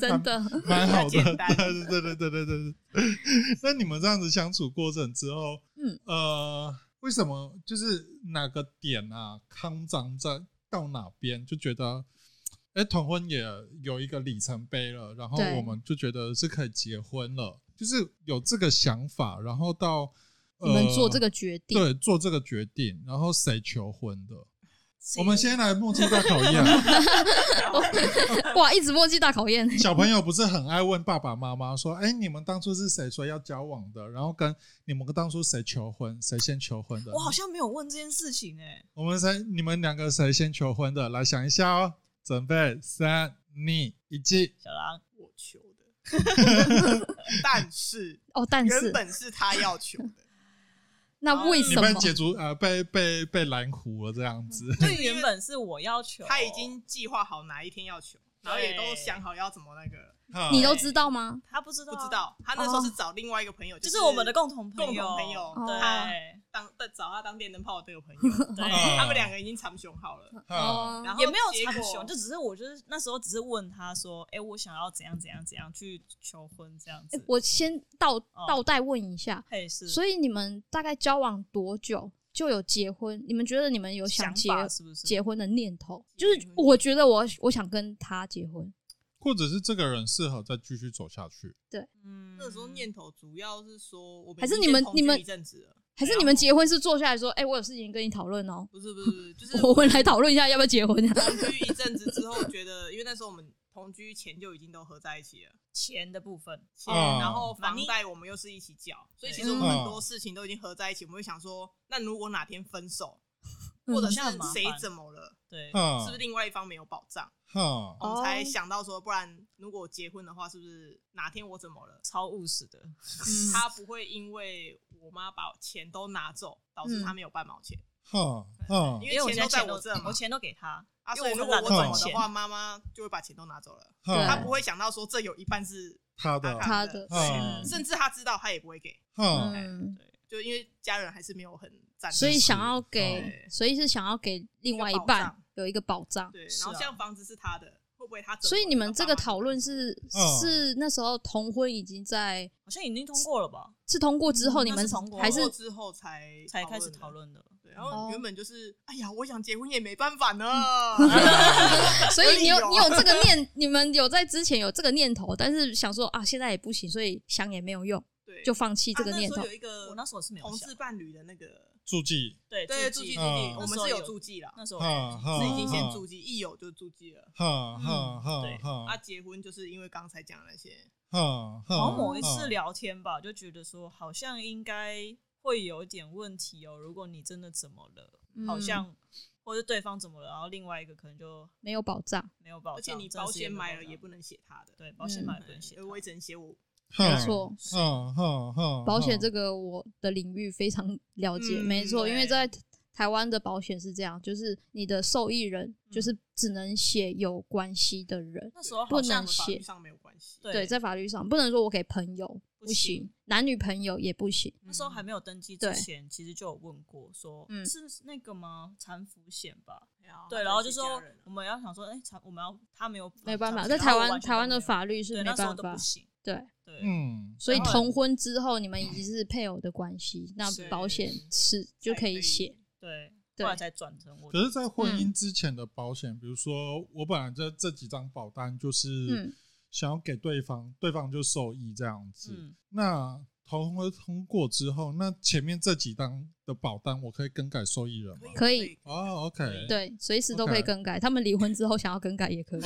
Speaker 2: 真的，
Speaker 1: 蛮好的。
Speaker 4: 比较简单
Speaker 1: 对 对对对对对对。那你们这样子相处过程之后，
Speaker 2: 嗯
Speaker 1: 呃，为什么就是哪个点啊，康长在到哪边就觉得，哎、同婚也有一个里程碑了，然后
Speaker 2: 对
Speaker 1: 我们就觉得是可以结婚了，就是有这个想法，然后到、呃、
Speaker 2: 你们做这个决定，
Speaker 1: 对做这个决定，然后谁求婚的？我们先来默契大考 验。
Speaker 2: 哦哇，一直默契大考验，
Speaker 1: 小朋友不是很爱问爸爸妈妈说：“哎、你们当初是谁说要交往的？然后跟你们当初谁求婚，谁先求婚的？
Speaker 3: 我好像没有问这件事情哎。
Speaker 1: 我们谁？你们两个谁先求婚的？来想一下哦。准备三、你一记。
Speaker 3: 小 狼，
Speaker 4: 我求的， 但是
Speaker 2: 哦，但
Speaker 4: 原
Speaker 2: 是
Speaker 4: 本是他要求的，
Speaker 2: 那为
Speaker 1: 啊你
Speaker 2: 什
Speaker 1: 被
Speaker 2: 么？
Speaker 1: 解除呃，被被被拦糊了这样子。
Speaker 3: 对，原本是我要求，
Speaker 4: 他已经计划好哪一天要求，然后也都想好要怎么那个了。
Speaker 3: 嗯
Speaker 2: 你都知道吗？
Speaker 3: 他不知道，
Speaker 4: 不知，道他那时候是找另外一个
Speaker 2: 哦
Speaker 4: 朋友，
Speaker 3: 就是是我们的共同朋友，
Speaker 4: 共同朋友
Speaker 3: 对。
Speaker 4: 当找他当电灯泡的这个 朋友，
Speaker 3: 对
Speaker 4: 他们两个已经长熊好了。
Speaker 1: 啊，
Speaker 2: 哦
Speaker 4: 然后
Speaker 3: 也没有
Speaker 4: 结
Speaker 3: 长
Speaker 4: 果
Speaker 3: 熊，就只是我就是那时候只是问他说，哎、我想要怎样怎样怎样去求婚这样子。
Speaker 2: 欸我先倒
Speaker 3: 哦
Speaker 2: 倒带问一下，
Speaker 3: 嘿是，
Speaker 2: 所以你们大概交往多久就有结婚？你们觉得你们有想
Speaker 3: 想
Speaker 2: 结
Speaker 3: 法是不是？
Speaker 2: 结婚的念头？
Speaker 4: 结
Speaker 2: 就
Speaker 4: 婚
Speaker 2: 是我觉得我我想跟他结婚，
Speaker 1: 或者是这个人适合再继续走下去。
Speaker 3: 嗯
Speaker 4: 那时候念头主要是说，我们
Speaker 2: 还是
Speaker 4: 已
Speaker 2: 你
Speaker 4: 经
Speaker 2: 们
Speaker 4: 同
Speaker 2: 你
Speaker 4: 居
Speaker 2: 们
Speaker 4: 一阵子了，
Speaker 2: 还是你们结婚是坐下来说，哎、我有事情跟你讨论哦，
Speaker 4: 不是不是 不是，就是
Speaker 2: 我们来讨论一下要不要结婚？
Speaker 4: 同居一阵子之后，觉得因为那时候我们同居前就已经都合在一起了，
Speaker 3: 钱的部分，
Speaker 4: 钱
Speaker 1: 哦
Speaker 4: 啊然后房贷我们又是一起缴，所以其实我
Speaker 2: 嗯
Speaker 4: 们很多事情都已经合在一起。我们会想说，那如果哪天分手，
Speaker 2: 嗯
Speaker 4: 或者是
Speaker 3: 这样麻烦
Speaker 4: 谁怎么了，
Speaker 3: 对，
Speaker 1: 啊
Speaker 4: 是不是另外一方没有保障，
Speaker 1: 哈
Speaker 4: 我们才
Speaker 2: 哦
Speaker 4: 想到说，不然如果结婚的话，是不是哪天我怎么了，
Speaker 3: 超务实的，嗯
Speaker 4: 他不会因为我妈把钱都拿走，导致
Speaker 3: 嗯
Speaker 4: 他没有半毛钱
Speaker 1: 哈哈
Speaker 4: 因
Speaker 3: 因为我
Speaker 4: 钱
Speaker 3: 现在
Speaker 4: 在
Speaker 3: 钱都
Speaker 4: 这嘛
Speaker 3: 我。钱都给他，
Speaker 4: 啊，
Speaker 3: 因
Speaker 4: 所
Speaker 3: 为
Speaker 4: 以
Speaker 3: 我
Speaker 4: 如
Speaker 3: 很
Speaker 4: 果
Speaker 3: 懒得
Speaker 1: 管
Speaker 4: 我怎么的
Speaker 3: 钱
Speaker 4: 话，妈妈就会把钱都拿走了。
Speaker 1: 哈，
Speaker 4: 他不会想到说这有一半是
Speaker 1: 他
Speaker 4: 他
Speaker 1: 的
Speaker 4: 看
Speaker 2: 他
Speaker 4: 的
Speaker 1: 嗯
Speaker 2: 的，
Speaker 1: 哈
Speaker 4: 甚至他知道他也不会给，
Speaker 1: 哈
Speaker 2: 嗯，
Speaker 4: 就因为家人还是没有很赞成。
Speaker 2: 所以想要给
Speaker 4: 对，
Speaker 2: 所以是想要给另外一
Speaker 4: 一个保
Speaker 2: 半
Speaker 4: 障
Speaker 2: 有一个保障。
Speaker 4: 对，
Speaker 3: 是
Speaker 4: 然后
Speaker 3: 啊
Speaker 4: 像房子是他的，会不会他走了？
Speaker 2: 所以你们这个
Speaker 4: 他爸妈
Speaker 2: 讨论是
Speaker 1: 哦
Speaker 2: 是那时候同婚已经在
Speaker 3: 好像已经通过了吧？
Speaker 2: 是通过之后，
Speaker 3: 嗯
Speaker 2: 你
Speaker 3: 那
Speaker 2: 们
Speaker 3: 是通过
Speaker 2: 还
Speaker 4: 通
Speaker 2: 是
Speaker 4: 过之后才
Speaker 3: 才开始讨
Speaker 4: 论
Speaker 3: 论的，
Speaker 4: 的，对，然后
Speaker 2: 哦
Speaker 4: 原本就是，哎呀，我想结婚也没办法呢，
Speaker 2: 嗯所以你
Speaker 4: 有理
Speaker 2: 有
Speaker 4: 由
Speaker 2: 你有这个念，你们有在之前有这个念头，但是想说啊，现在也不行，所以想也没有用，
Speaker 4: 对，
Speaker 2: 就放弃这个
Speaker 4: 啊那
Speaker 2: 念
Speaker 4: 时
Speaker 2: 头
Speaker 4: 候。有一个
Speaker 3: 我那时候是没有
Speaker 4: 同
Speaker 3: 想
Speaker 4: 志，伴侣的那个，
Speaker 1: 助记，
Speaker 3: 对
Speaker 4: 对，
Speaker 3: 助
Speaker 4: 住
Speaker 3: 记
Speaker 1: 住记
Speaker 4: 记住记，
Speaker 1: 嗯
Speaker 4: 我们是有住记啦，
Speaker 3: 那时候
Speaker 1: 哈
Speaker 3: 有嗯
Speaker 1: 哈，
Speaker 4: 是已经先
Speaker 1: 哈
Speaker 4: 住记，一有就住记了。
Speaker 1: 哈哈
Speaker 4: 对
Speaker 1: 哈，
Speaker 4: 啊，
Speaker 1: 哈
Speaker 4: 结婚就是因为刚才讲那些，
Speaker 1: 哈哈，
Speaker 3: 好像
Speaker 4: 嗯
Speaker 3: 某一次
Speaker 1: 哈，
Speaker 3: 聊天吧，就觉得说好像应该会有点问题哦。如果你真的怎么了，
Speaker 2: 嗯
Speaker 3: 好像或者对方怎么了，然后另外一个可能就
Speaker 2: 没有保障，
Speaker 3: 没有保障，
Speaker 4: 而且你
Speaker 3: 真的
Speaker 4: 保
Speaker 3: 是也
Speaker 4: 险
Speaker 3: 没有
Speaker 4: 买
Speaker 3: 保
Speaker 4: 了
Speaker 3: 障
Speaker 4: 也不能写他的，
Speaker 3: 对，保
Speaker 2: 嗯
Speaker 3: 险买了不能写
Speaker 4: 对，
Speaker 3: 他。
Speaker 4: 我也只能写我
Speaker 2: 没错。
Speaker 1: 哈哈哈，
Speaker 2: 保险
Speaker 1: 哈
Speaker 2: 这个我的领域 非常了解，
Speaker 4: 嗯
Speaker 2: 没错，
Speaker 4: 对
Speaker 2: 因为在台湾的保险是这样，就是你的受益人
Speaker 3: 嗯
Speaker 2: 就是只能写有关系的人，
Speaker 3: 那时候
Speaker 2: 不
Speaker 3: 好像
Speaker 2: 能
Speaker 4: 和法
Speaker 2: 写
Speaker 4: 律上没有关系。
Speaker 3: 嗯对
Speaker 2: 对，在法律上不能说我给朋友
Speaker 3: 不
Speaker 2: 不行
Speaker 3: 行，哦
Speaker 2: 男女朋友也不行，
Speaker 3: 那时候还没有登记之
Speaker 2: 嗯对
Speaker 3: 前，其实就有问过说，
Speaker 2: 嗯
Speaker 3: 是那个吗？产妇险吧？
Speaker 4: 有，
Speaker 3: 对，然后就
Speaker 4: 哦他是一
Speaker 3: 说
Speaker 4: 家人啊
Speaker 3: 我们要想说，哎，产我们要他没有
Speaker 2: 没办法，
Speaker 3: 产
Speaker 2: 在
Speaker 3: 险
Speaker 2: 台
Speaker 3: 然后我
Speaker 2: 湾
Speaker 3: 完全
Speaker 2: 台湾
Speaker 3: 都
Speaker 2: 的
Speaker 3: 没有
Speaker 2: 法律是
Speaker 3: 对
Speaker 2: 没
Speaker 3: 那时候
Speaker 2: 办
Speaker 3: 都不
Speaker 2: 法，
Speaker 3: 行，
Speaker 2: 对，
Speaker 3: 对，
Speaker 1: 嗯，
Speaker 2: 所以
Speaker 3: 然后
Speaker 2: 同婚之后你们已经是配偶的关系，那
Speaker 4: 是
Speaker 2: 保险是就可以写，
Speaker 3: 对，
Speaker 2: 对
Speaker 3: 后来才转成我的。
Speaker 1: 可是，在
Speaker 2: 嗯
Speaker 1: 婚姻之前的保险，比如说我本来这这几张保单就是
Speaker 2: 嗯
Speaker 1: 想要给对方，对方就受益这样子。
Speaker 3: 嗯，
Speaker 1: 那同婚通过之后，那前面这几张的保单，我可以更改受益人吗？
Speaker 2: 可以
Speaker 1: 哦，OK，
Speaker 3: 可以
Speaker 2: 对，随时都可以
Speaker 1: OK
Speaker 2: 更改，他们离婚之后想要更改也可以。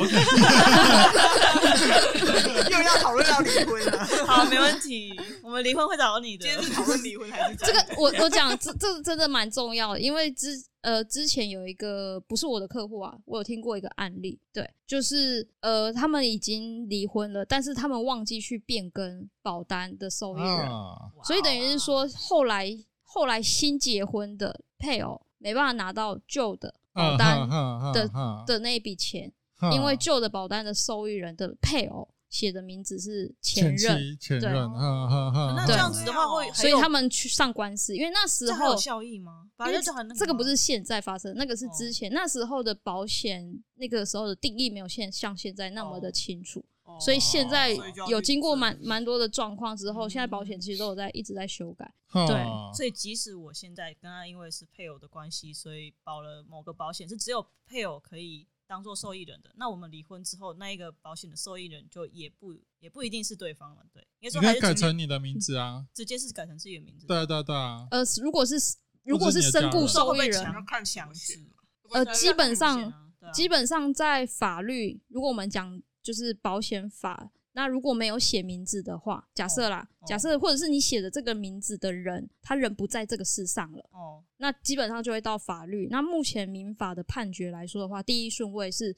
Speaker 4: 又要讨论到离婚了，
Speaker 3: 好，没问题，我们离婚会找你的
Speaker 4: 今。天是讨论离婚还是
Speaker 2: 这个我我讲这这真的蛮重要的，因为之呃之前有一个不是我的客户啊，我有听过一个案例，对，就是呃他们已经离婚了，但是他们忘记去变更保单的受益人，
Speaker 1: 啊，
Speaker 3: 哇
Speaker 2: 所以等于是说后来后来新结婚的配偶没办法拿到旧的
Speaker 1: 嗯啊
Speaker 2: 保单的的那一笔钱，因为旧的保单的受益人的配偶写的名字是
Speaker 1: 前
Speaker 2: 前任，
Speaker 1: 妻前
Speaker 2: 对
Speaker 1: 任，哈哈哈，
Speaker 3: 哦那
Speaker 1: 哈
Speaker 3: 这
Speaker 2: 对
Speaker 3: 样子的话会，
Speaker 2: 所
Speaker 3: 还
Speaker 2: 以
Speaker 3: 有
Speaker 2: 他们去上官司，因为那时
Speaker 3: 这还有
Speaker 2: 候
Speaker 3: 效益吗？
Speaker 2: 因
Speaker 3: 反
Speaker 2: 为
Speaker 3: 正就很那
Speaker 2: 这个
Speaker 3: 吗
Speaker 2: 不是现在发生，那个是
Speaker 3: 哦
Speaker 2: 之前、那时候的保险，那个时候的定义没有现像现在那么
Speaker 3: 哦
Speaker 2: 的清楚，
Speaker 4: 哦
Speaker 2: 所以现在
Speaker 4: 所以就要去
Speaker 2: 有经过蛮蛮多的状况之后，
Speaker 3: 嗯
Speaker 2: 现在保险其实都有在一直在修改。
Speaker 1: 哈
Speaker 2: 对
Speaker 3: 所以即使我现在跟他因为是配偶的关系，所以保了某个保险，是只有配偶可以当做受益人的。那我们离婚之后，那一个保险的受益人就也不也不一定是对方了，对，应该
Speaker 1: 你
Speaker 3: 说
Speaker 1: 可
Speaker 3: 还
Speaker 1: 以
Speaker 3: 是
Speaker 1: 改
Speaker 3: 直接
Speaker 1: 成你的名字啊，
Speaker 3: 直接是改成自己的名字，
Speaker 1: 对啊对啊对啊，
Speaker 2: 呃，如果是如果是
Speaker 1: 或者是你
Speaker 2: 身
Speaker 1: 的
Speaker 2: 故
Speaker 1: 家人
Speaker 2: 受益
Speaker 3: 会
Speaker 2: 人
Speaker 3: 不，会
Speaker 4: 要看
Speaker 3: 强
Speaker 4: 详
Speaker 3: 制
Speaker 4: 细。
Speaker 2: 呃，基本
Speaker 3: 险
Speaker 2: 上
Speaker 3: 啊，对啊
Speaker 2: 基本上在法律，如果我们讲就是保险法，那如果没有写名字的话，假设啦，
Speaker 3: 哦
Speaker 2: 假设或者是你写的这个名字的人，他人不在这个世上了。
Speaker 3: 哦，
Speaker 2: 那基本上就会到法律。那目前民法的判决来说的话，第一顺位是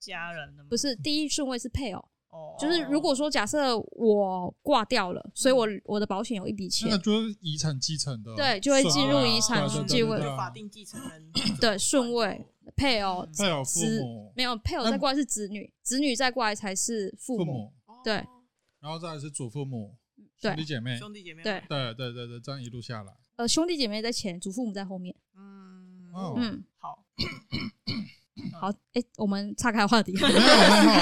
Speaker 3: 家人的吗
Speaker 2: 不是第一顺位是配偶？
Speaker 3: 嗯哦，
Speaker 2: 就是如果说假设我挂掉了，所以我
Speaker 3: 嗯
Speaker 2: 我的保险有一笔
Speaker 1: 那个
Speaker 2: 钱，
Speaker 1: 就是遗产继承的，啊
Speaker 2: 对就会进入遗产
Speaker 1: 顺
Speaker 2: 继位
Speaker 4: 就法定继承人
Speaker 2: 对顺位配偶
Speaker 3: 哦嗯
Speaker 1: 配偶父
Speaker 2: 子
Speaker 1: 母，
Speaker 2: 没有配偶
Speaker 1: 那
Speaker 2: 再过来是子女，子女再过来才是父
Speaker 1: 父
Speaker 2: 母。
Speaker 1: 母，
Speaker 4: 哦
Speaker 2: 对
Speaker 1: 然后再来是祖父母、
Speaker 2: 对
Speaker 1: 兄弟姐妹，
Speaker 4: 兄弟姐妹
Speaker 2: 对，
Speaker 1: 对对对对，这样一路下来，
Speaker 2: 呃，兄弟姐妹在前，祖父母在后面。
Speaker 4: 嗯，
Speaker 1: 哦，
Speaker 2: 嗯，
Speaker 3: 好，
Speaker 2: 好，哎，我们岔开话题。
Speaker 1: 没有没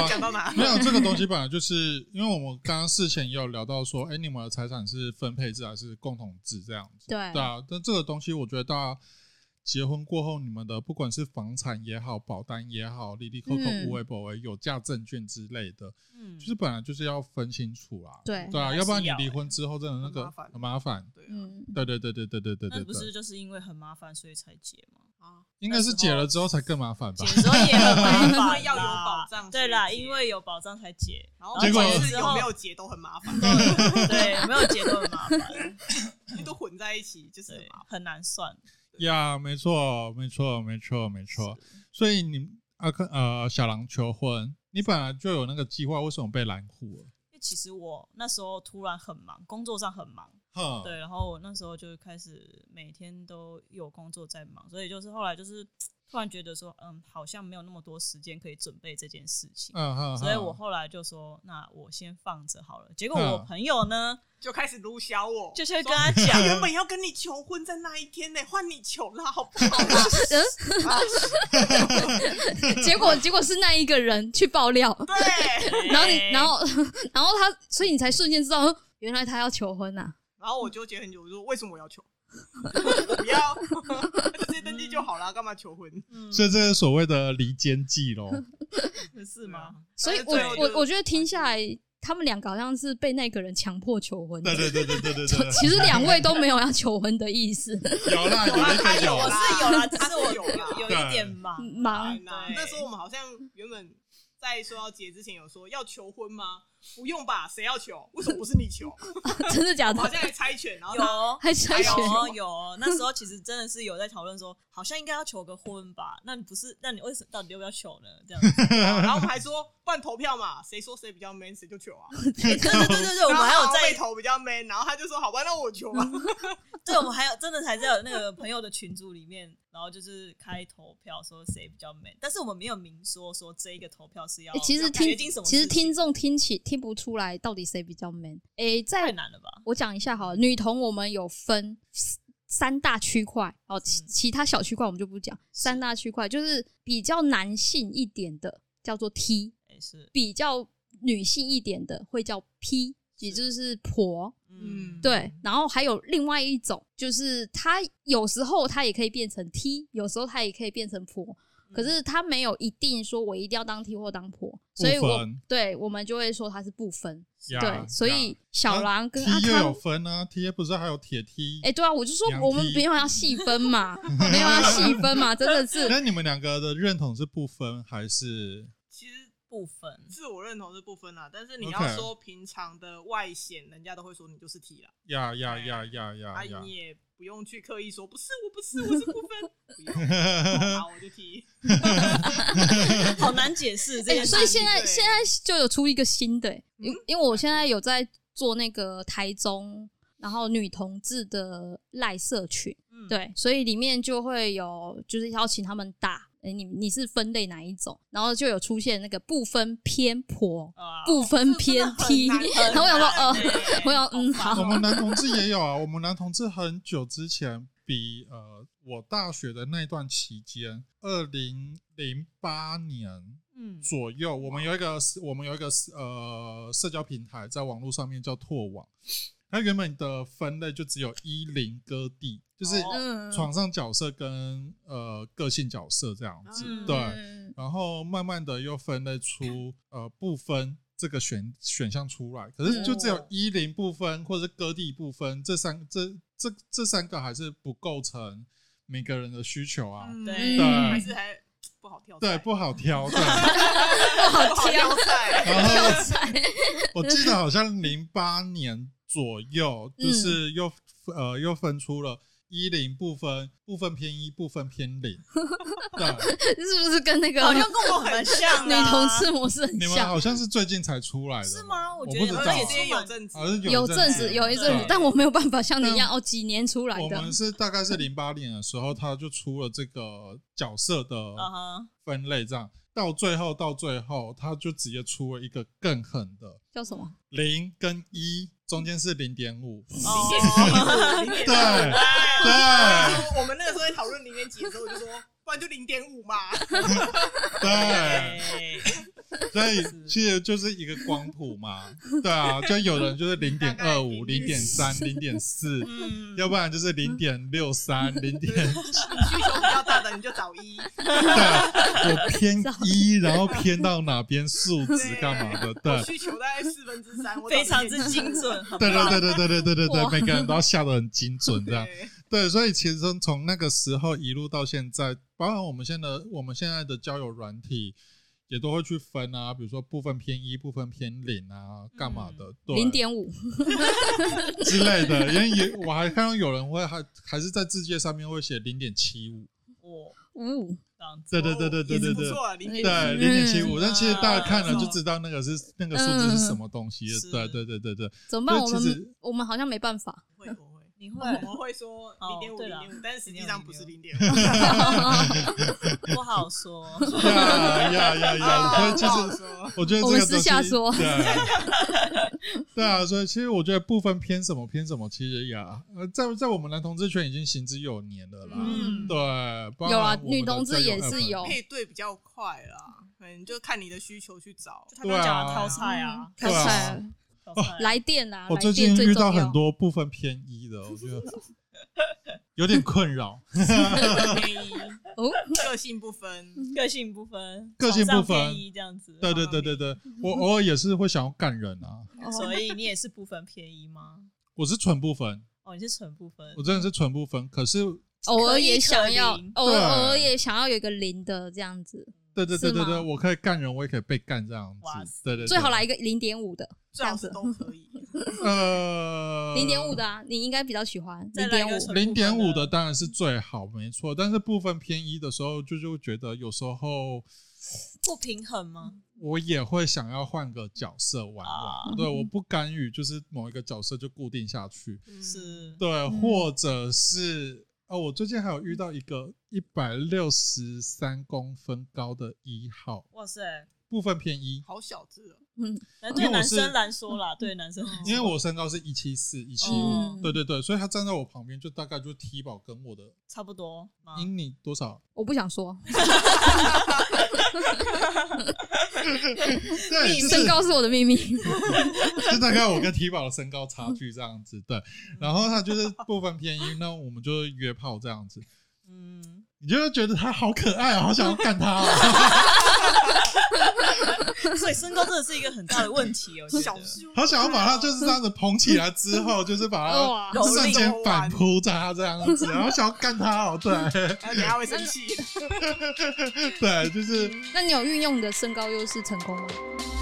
Speaker 1: 有
Speaker 4: 讲到哪？
Speaker 1: 没有 这个东西本来就是因为我们刚刚事前也有聊到说，哎，你们的财产是分配制还是共同制这样子？
Speaker 2: 对
Speaker 1: 对啊，但这个东西我觉得大家结婚过后，你们的不管是房产也好、保单也好、利利扣扣、
Speaker 2: 嗯
Speaker 1: 无为保为、有价证券之类的，
Speaker 3: 嗯，
Speaker 1: 就是本来就是要分清楚啊。
Speaker 2: 对
Speaker 1: 对啊，
Speaker 3: 还
Speaker 1: 要不然
Speaker 3: 是
Speaker 1: 你
Speaker 3: 要
Speaker 1: 离
Speaker 3: 欸
Speaker 1: 婚之后真的那个
Speaker 4: 很麻烦
Speaker 1: 很麻烦。
Speaker 4: 对啊
Speaker 2: 嗯，
Speaker 1: 对对对对对对对对
Speaker 3: 那不是
Speaker 1: 对，
Speaker 3: 就是因为很麻烦，所以才结 吗？
Speaker 4: 啊，
Speaker 1: 应该是解了之后才更麻烦吧
Speaker 3: 解？的时候也很 麻
Speaker 4: 因
Speaker 3: 烦
Speaker 4: 为
Speaker 3: 啦，
Speaker 4: 要有保障
Speaker 3: 对啦，
Speaker 4: 所以结
Speaker 3: 因为有保障才结，
Speaker 4: 啊然后
Speaker 1: 结果
Speaker 4: 是有没有结都很麻烦，
Speaker 3: 对，没有结都很麻烦，
Speaker 4: 因为都混在一起， 就是很
Speaker 3: 对
Speaker 4: 麻烦。，
Speaker 3: 很难算。
Speaker 1: 呀，没错，没错，没错，没错。所以你阿克呃小狼求婚，你本来就有那个计划，为什么被拦糊了？
Speaker 3: 因为其实我那时候突然很忙，工作上很忙，
Speaker 1: 哼，
Speaker 3: 对，然后我那时候就开始每天都有工作在忙，所以就是后来就是突然觉得说，嗯，好像没有那么多时间可以准备这件事情，
Speaker 1: 嗯哼，
Speaker 3: 所以
Speaker 1: 哼
Speaker 3: 我后来就说，那我先放着好了。结果
Speaker 1: 嗯
Speaker 3: 我朋友呢，
Speaker 4: 就开始撸小我，
Speaker 3: 就去跟他讲，
Speaker 4: 说哎原本要跟你求婚在那一天呢，换你求啦，好不 好啦？啊
Speaker 2: 嗯哎结果结果是那一个人去爆料，
Speaker 4: 对，
Speaker 2: 然后你
Speaker 3: 哎
Speaker 2: 然后 然后他，所以你才瞬间知道，哦原来他要求婚呐、
Speaker 4: 然后我纠结很久，我说为什么我要求？ 不要， 直接登记就好了，干嘛求婚？
Speaker 3: 嗯，
Speaker 1: 所以这是所谓的离间计咯。
Speaker 3: 是吗？
Speaker 2: 所以
Speaker 4: 但是
Speaker 2: 我
Speaker 4: 最后就
Speaker 2: 我我觉得听下来，他们两个好像是被那个人强迫求婚的
Speaker 1: 对。对对对对对对，
Speaker 2: 其实两位都没有要求婚的意思，
Speaker 1: 有啦，有
Speaker 4: 啊
Speaker 1: 一
Speaker 4: 他
Speaker 1: 个有
Speaker 4: 有
Speaker 3: 我
Speaker 4: 啦
Speaker 1: 啦，
Speaker 3: 是有啦，只
Speaker 4: 他
Speaker 3: 是
Speaker 4: 是
Speaker 3: 我
Speaker 4: 有
Speaker 3: 有
Speaker 4: 啦
Speaker 3: 有一点忙，
Speaker 2: 忙
Speaker 4: 很难
Speaker 3: 对
Speaker 4: 那时候我们好像原本在说要结之前有说要求婚吗？不用吧，谁要求？为什么不是你求？
Speaker 2: 真的假
Speaker 4: 我好
Speaker 2: 的？
Speaker 4: 像还猜拳，然后
Speaker 3: 有
Speaker 4: 他
Speaker 2: 还 猜拳
Speaker 3: 有？哦有哦， 那时候其实真的是有在讨论说，好像应该要求个婚吧？ 那你不是？那你为什么到底要不要求呢？这样 子，哎
Speaker 4: 然后我们还说不然投票嘛，谁说谁比较 man 谁就求啊。
Speaker 3: 对对对对，我
Speaker 4: 然
Speaker 3: 们
Speaker 4: 后
Speaker 3: 还有
Speaker 4: 他被
Speaker 3: 在，
Speaker 4: 投比较 man，然后他就说好吧，那我求啊吧。
Speaker 3: 对我们还有真的才在那个朋友的群组里面，然后就是开投票说谁比较美，但是我们没有明说说这一个投票是要
Speaker 2: 欸其实
Speaker 3: 要
Speaker 2: 听
Speaker 3: 决定什么事
Speaker 2: 其
Speaker 3: 情，
Speaker 2: 实听众听起听不出来到底谁比较 man。诶、
Speaker 3: 太
Speaker 2: 在
Speaker 3: 难了吧？
Speaker 2: 我讲一下好了，女童我们有分三大区块，哦，其
Speaker 3: 嗯
Speaker 2: 其他小区块我们就不讲。三大区块就是比较男性一点的叫做 T，
Speaker 3: 也哎是，
Speaker 2: 比较女性一点的会叫 P，也就是婆。
Speaker 3: 嗯，
Speaker 2: 对，然后还有另外一种，就是它有时候它也可以变成 T，有时候它也可以变成婆，
Speaker 3: 嗯
Speaker 2: 可是它没有一定说我一定要当 T 或当婆，所以我
Speaker 1: 分啊
Speaker 2: 对我们就会说它是不分。
Speaker 1: 呀
Speaker 2: 对，所
Speaker 1: 呀
Speaker 2: 以小狼跟阿
Speaker 1: T 又有
Speaker 2: 康，
Speaker 1: 分啊，T 不是还有铁 T？
Speaker 2: 哎，对啊，我就说
Speaker 1: 两
Speaker 2: 我们
Speaker 1: T
Speaker 2: 没有要细分 嘛，没有要细分嘛，真的是
Speaker 1: 那你们两个的认同是不分还是？
Speaker 4: 其实
Speaker 3: 部分
Speaker 4: 自我认同是不分啦，但是你
Speaker 1: OK
Speaker 4: 要说平常的外显，人家都会说你就是 T 啦，
Speaker 1: 呀呀
Speaker 3: 哎
Speaker 1: 呀呀呀
Speaker 4: 啊，
Speaker 1: 呀！
Speaker 4: 你也不用去刻意说不是我不是我是不分，不用，好我就 T。
Speaker 3: 好难解释这
Speaker 2: 哎、
Speaker 3: 件事
Speaker 2: 所
Speaker 3: 情。
Speaker 2: 以现在
Speaker 4: 对
Speaker 2: 现在就有出一个新的、欸，因、
Speaker 4: 嗯
Speaker 2: 因为我现在有在做那个台中，然后女同志的赖社群，
Speaker 3: 嗯
Speaker 2: 对，所以里面就会有就是邀请他们打，哎、你你是分类哪一种？然后就有出现那个不分偏颇，
Speaker 3: 啊
Speaker 2: 不分偏
Speaker 4: 哦这
Speaker 2: 僻，
Speaker 4: 真的很
Speaker 2: 然
Speaker 4: 难
Speaker 2: 后我想说，
Speaker 4: 很难欸
Speaker 2: 哦，
Speaker 3: 对
Speaker 2: 我想嗯
Speaker 3: 烦
Speaker 1: 我
Speaker 3: 哦
Speaker 1: 们男同志也有啊，我们男同志很久之前，比呃我大学的那段期间，二零零八年
Speaker 3: 嗯
Speaker 1: 左右，我们有一个我们有一个呃社交平台，在网络上面叫拓网，它原本的分类就只有一零哥弟，就是
Speaker 3: 哦
Speaker 2: 嗯，
Speaker 1: 床上角色跟呃个性角色这样子，
Speaker 3: 嗯
Speaker 1: 对。
Speaker 2: 嗯
Speaker 1: 然后慢慢的又分类出呃不分这个选选项出来，可是就只有
Speaker 3: 嗯
Speaker 1: 一零不分或者是割地不分这三这这这三个还是不构成每个人的需求啊，
Speaker 4: 嗯
Speaker 3: 对
Speaker 4: 还
Speaker 1: 对
Speaker 4: 是还不好跳
Speaker 1: 对
Speaker 4: 菜，
Speaker 1: 不好挑，对。
Speaker 4: 不 好
Speaker 2: 挑
Speaker 4: 菜，
Speaker 1: 然后我记得好像零八年左右，就是又呃又分出了一零部分，部分偏一，部分偏零，对。
Speaker 2: 是不是跟那个
Speaker 3: 好像跟我很像
Speaker 2: 女
Speaker 3: 啊
Speaker 2: 同事模式很
Speaker 1: 你们
Speaker 2: 像？
Speaker 1: 好像是最近才出来的，
Speaker 3: 是吗？
Speaker 1: 我
Speaker 3: 觉
Speaker 1: 不
Speaker 3: 得
Speaker 1: 知
Speaker 3: 好
Speaker 1: 道
Speaker 4: 而
Speaker 3: 像
Speaker 4: 且
Speaker 3: 也
Speaker 4: 这些
Speaker 3: 是
Speaker 4: 有
Speaker 3: 蛮
Speaker 4: 阵子
Speaker 1: 好，像
Speaker 2: 有阵
Speaker 1: 子
Speaker 2: 子，有一阵子
Speaker 1: 对，
Speaker 2: 但我没有办法像你一样
Speaker 3: 啊
Speaker 1: 但
Speaker 2: 哦，几年出来
Speaker 1: 我
Speaker 2: 的
Speaker 1: 们。是大概是零八年的时候，他就出了这个角色的
Speaker 3: 啊哈，
Speaker 1: 分类，这样到最后到最后，他就直接出了一个更狠的
Speaker 2: 叫什么？
Speaker 1: 零跟一，中间是零点五，
Speaker 3: 哦，
Speaker 4: 零点
Speaker 1: 对对
Speaker 4: 我们那个时候在讨论零点几的时候，我就说，不然就零点五嘛。
Speaker 1: 对，
Speaker 3: 对，
Speaker 1: 所以其实就是一个光谱嘛，对啊，就有人就是零点二五、零点三、零点四，
Speaker 3: 嗯，
Speaker 1: 要不然就是零点六三、零点
Speaker 4: 需求比较大的你就找一，
Speaker 1: 对，啊我偏一，然后偏到哪边数值干嘛的？对，
Speaker 4: 需求大概四分之三，我找
Speaker 3: 非常之
Speaker 4: 0.7
Speaker 3: 精准，
Speaker 4: 嗯
Speaker 3: 很
Speaker 1: 对对对对对对对对对，
Speaker 2: 哇
Speaker 1: 每个人都要下的很精准，这样
Speaker 4: 对
Speaker 1: 对，所以其实从那个时候一路到现在，包含我们现在的我们现在的交友软体。也都会去分啊，比如说部分偏一、部分偏零啊，干嘛的，对，
Speaker 2: 零点五，
Speaker 1: 之类的。因为也我还看到有人会还还是在字界上面会写零点七五，
Speaker 3: 我
Speaker 2: 五
Speaker 3: 这样子，
Speaker 1: 对对对对对
Speaker 4: 也
Speaker 1: 对
Speaker 4: 是不
Speaker 1: 对，
Speaker 4: 错，啊零点
Speaker 1: 对，
Speaker 2: 嗯
Speaker 1: 零点七五，但其实大家看了
Speaker 4: 嗯
Speaker 1: 就知道那个是那个数字是什么东西了
Speaker 3: 嗯。
Speaker 1: 对对对对对，
Speaker 2: 怎么办？我
Speaker 1: 所以其实
Speaker 2: 们我们好像没办法。
Speaker 4: 会不会？
Speaker 3: 你会
Speaker 4: 我们会说零
Speaker 3: 哦
Speaker 4: 点五
Speaker 3: 对
Speaker 4: 零
Speaker 3: 啦
Speaker 4: 点五，但是实际上不是零点五。
Speaker 3: 不好说，
Speaker 1: 呀呀呀呀！啊所以其
Speaker 4: 啊不好
Speaker 1: 实
Speaker 4: 说，
Speaker 1: 我觉得这个
Speaker 2: 啊我们
Speaker 1: 东西
Speaker 2: 私下说
Speaker 1: 对对啊，所以其实我觉得部分偏什么偏什么，其实呀，呃，在在我们男同志圈已经行之有年了啦。
Speaker 3: 嗯
Speaker 1: 对，包
Speaker 2: 有啊
Speaker 1: 含我们的
Speaker 2: 女同志也
Speaker 1: 交友
Speaker 2: 是
Speaker 1: app
Speaker 2: 有啊
Speaker 4: 配对比较快啦，可能就看你的需求去找。
Speaker 3: 他们讲的套菜啊，
Speaker 4: 嗯
Speaker 1: 对啊
Speaker 2: 看出来了
Speaker 3: 套菜
Speaker 1: 哦
Speaker 2: 来电啊，
Speaker 1: 我
Speaker 2: 来
Speaker 1: 最
Speaker 2: 电
Speaker 1: 近
Speaker 2: 最
Speaker 1: 遇到
Speaker 2: 重要
Speaker 1: 很多部分偏一的，我觉得有点困扰，
Speaker 4: 便宜，
Speaker 2: 哦，
Speaker 4: 个性不分，
Speaker 3: 个性不分，
Speaker 1: 个性不
Speaker 3: 崇尚
Speaker 1: 分
Speaker 3: 便宜这样子。
Speaker 1: 对对对对对，我偶尔也是会想要干人啊，
Speaker 3: 所以你也是不分便宜吗？
Speaker 1: 我是纯不分，
Speaker 3: 哦，你是纯不分
Speaker 1: 我，真的是纯不分，可是
Speaker 2: 偶尔也想要
Speaker 3: 可以，
Speaker 2: 偶
Speaker 1: 对
Speaker 2: 尔偶尔也想要有一个零的这样子，
Speaker 1: 对对对
Speaker 2: 是
Speaker 1: 对
Speaker 2: 吗
Speaker 1: 对，我可以干人，我也可以被干这样
Speaker 3: 哇
Speaker 1: 子
Speaker 3: 塞，
Speaker 1: 对对对，
Speaker 2: 最好来一个零点五的，这
Speaker 4: 最
Speaker 2: 样
Speaker 4: 好是
Speaker 2: 子，
Speaker 4: 都可以。
Speaker 1: 呃
Speaker 2: 零点五的啊，你应该比较喜欢
Speaker 3: 再
Speaker 2: 零
Speaker 3: 来一
Speaker 2: 点
Speaker 3: 个
Speaker 2: 五啊
Speaker 3: 纯
Speaker 1: 零点五
Speaker 3: 部分
Speaker 1: 的
Speaker 3: 的
Speaker 1: 当然是最好，没错。但是部分偏一的时候，就就会觉得有时候
Speaker 3: 不平衡吗？
Speaker 1: 我也会想要换个角色玩玩，
Speaker 3: 啊
Speaker 1: 对，我不甘于就是某一个角色就固定下去，
Speaker 4: 嗯，
Speaker 3: 是，
Speaker 1: 对，或者是哦，我最近还有遇到一个一百六十三公分高的一号，
Speaker 3: 哇塞，
Speaker 1: 部分偏一，
Speaker 4: 好小只哦，
Speaker 2: 嗯
Speaker 3: 那
Speaker 1: 因为
Speaker 3: 对
Speaker 1: 我
Speaker 3: 男
Speaker 1: 是嗯
Speaker 3: 生来说啦，对男生
Speaker 4: 嗯
Speaker 3: 来
Speaker 1: 因为
Speaker 3: 说
Speaker 1: 我身高是一七四一七五，
Speaker 3: 哦
Speaker 2: 嗯，
Speaker 1: 对对对，所以他站在我旁边就大概就踢保跟我的
Speaker 3: 差不多吗？
Speaker 2: 啊
Speaker 1: 英你多 少？
Speaker 2: 我不想说，
Speaker 1: 对，就是
Speaker 2: 身高是我的秘密。
Speaker 1: 就大概我跟体宝的身高差距这样子，对。然后他就是部分偏一，那我们就会约炮这样子，
Speaker 3: 嗯，
Speaker 1: 你就会觉得他好可爱啊，好想要干他、啊，
Speaker 3: 所以身高真的是一个很大的问题，我觉
Speaker 4: 小
Speaker 3: 得。
Speaker 4: 只哦，
Speaker 1: 好想要把他就是这样子捧起来之后，就是把
Speaker 2: 哇
Speaker 1: 他瞬间反扑他这样子，然后想要干他哦， 对
Speaker 4: 然后等下哎会生气。
Speaker 1: 对，就是
Speaker 2: 那你有运用你的身高优势成功吗？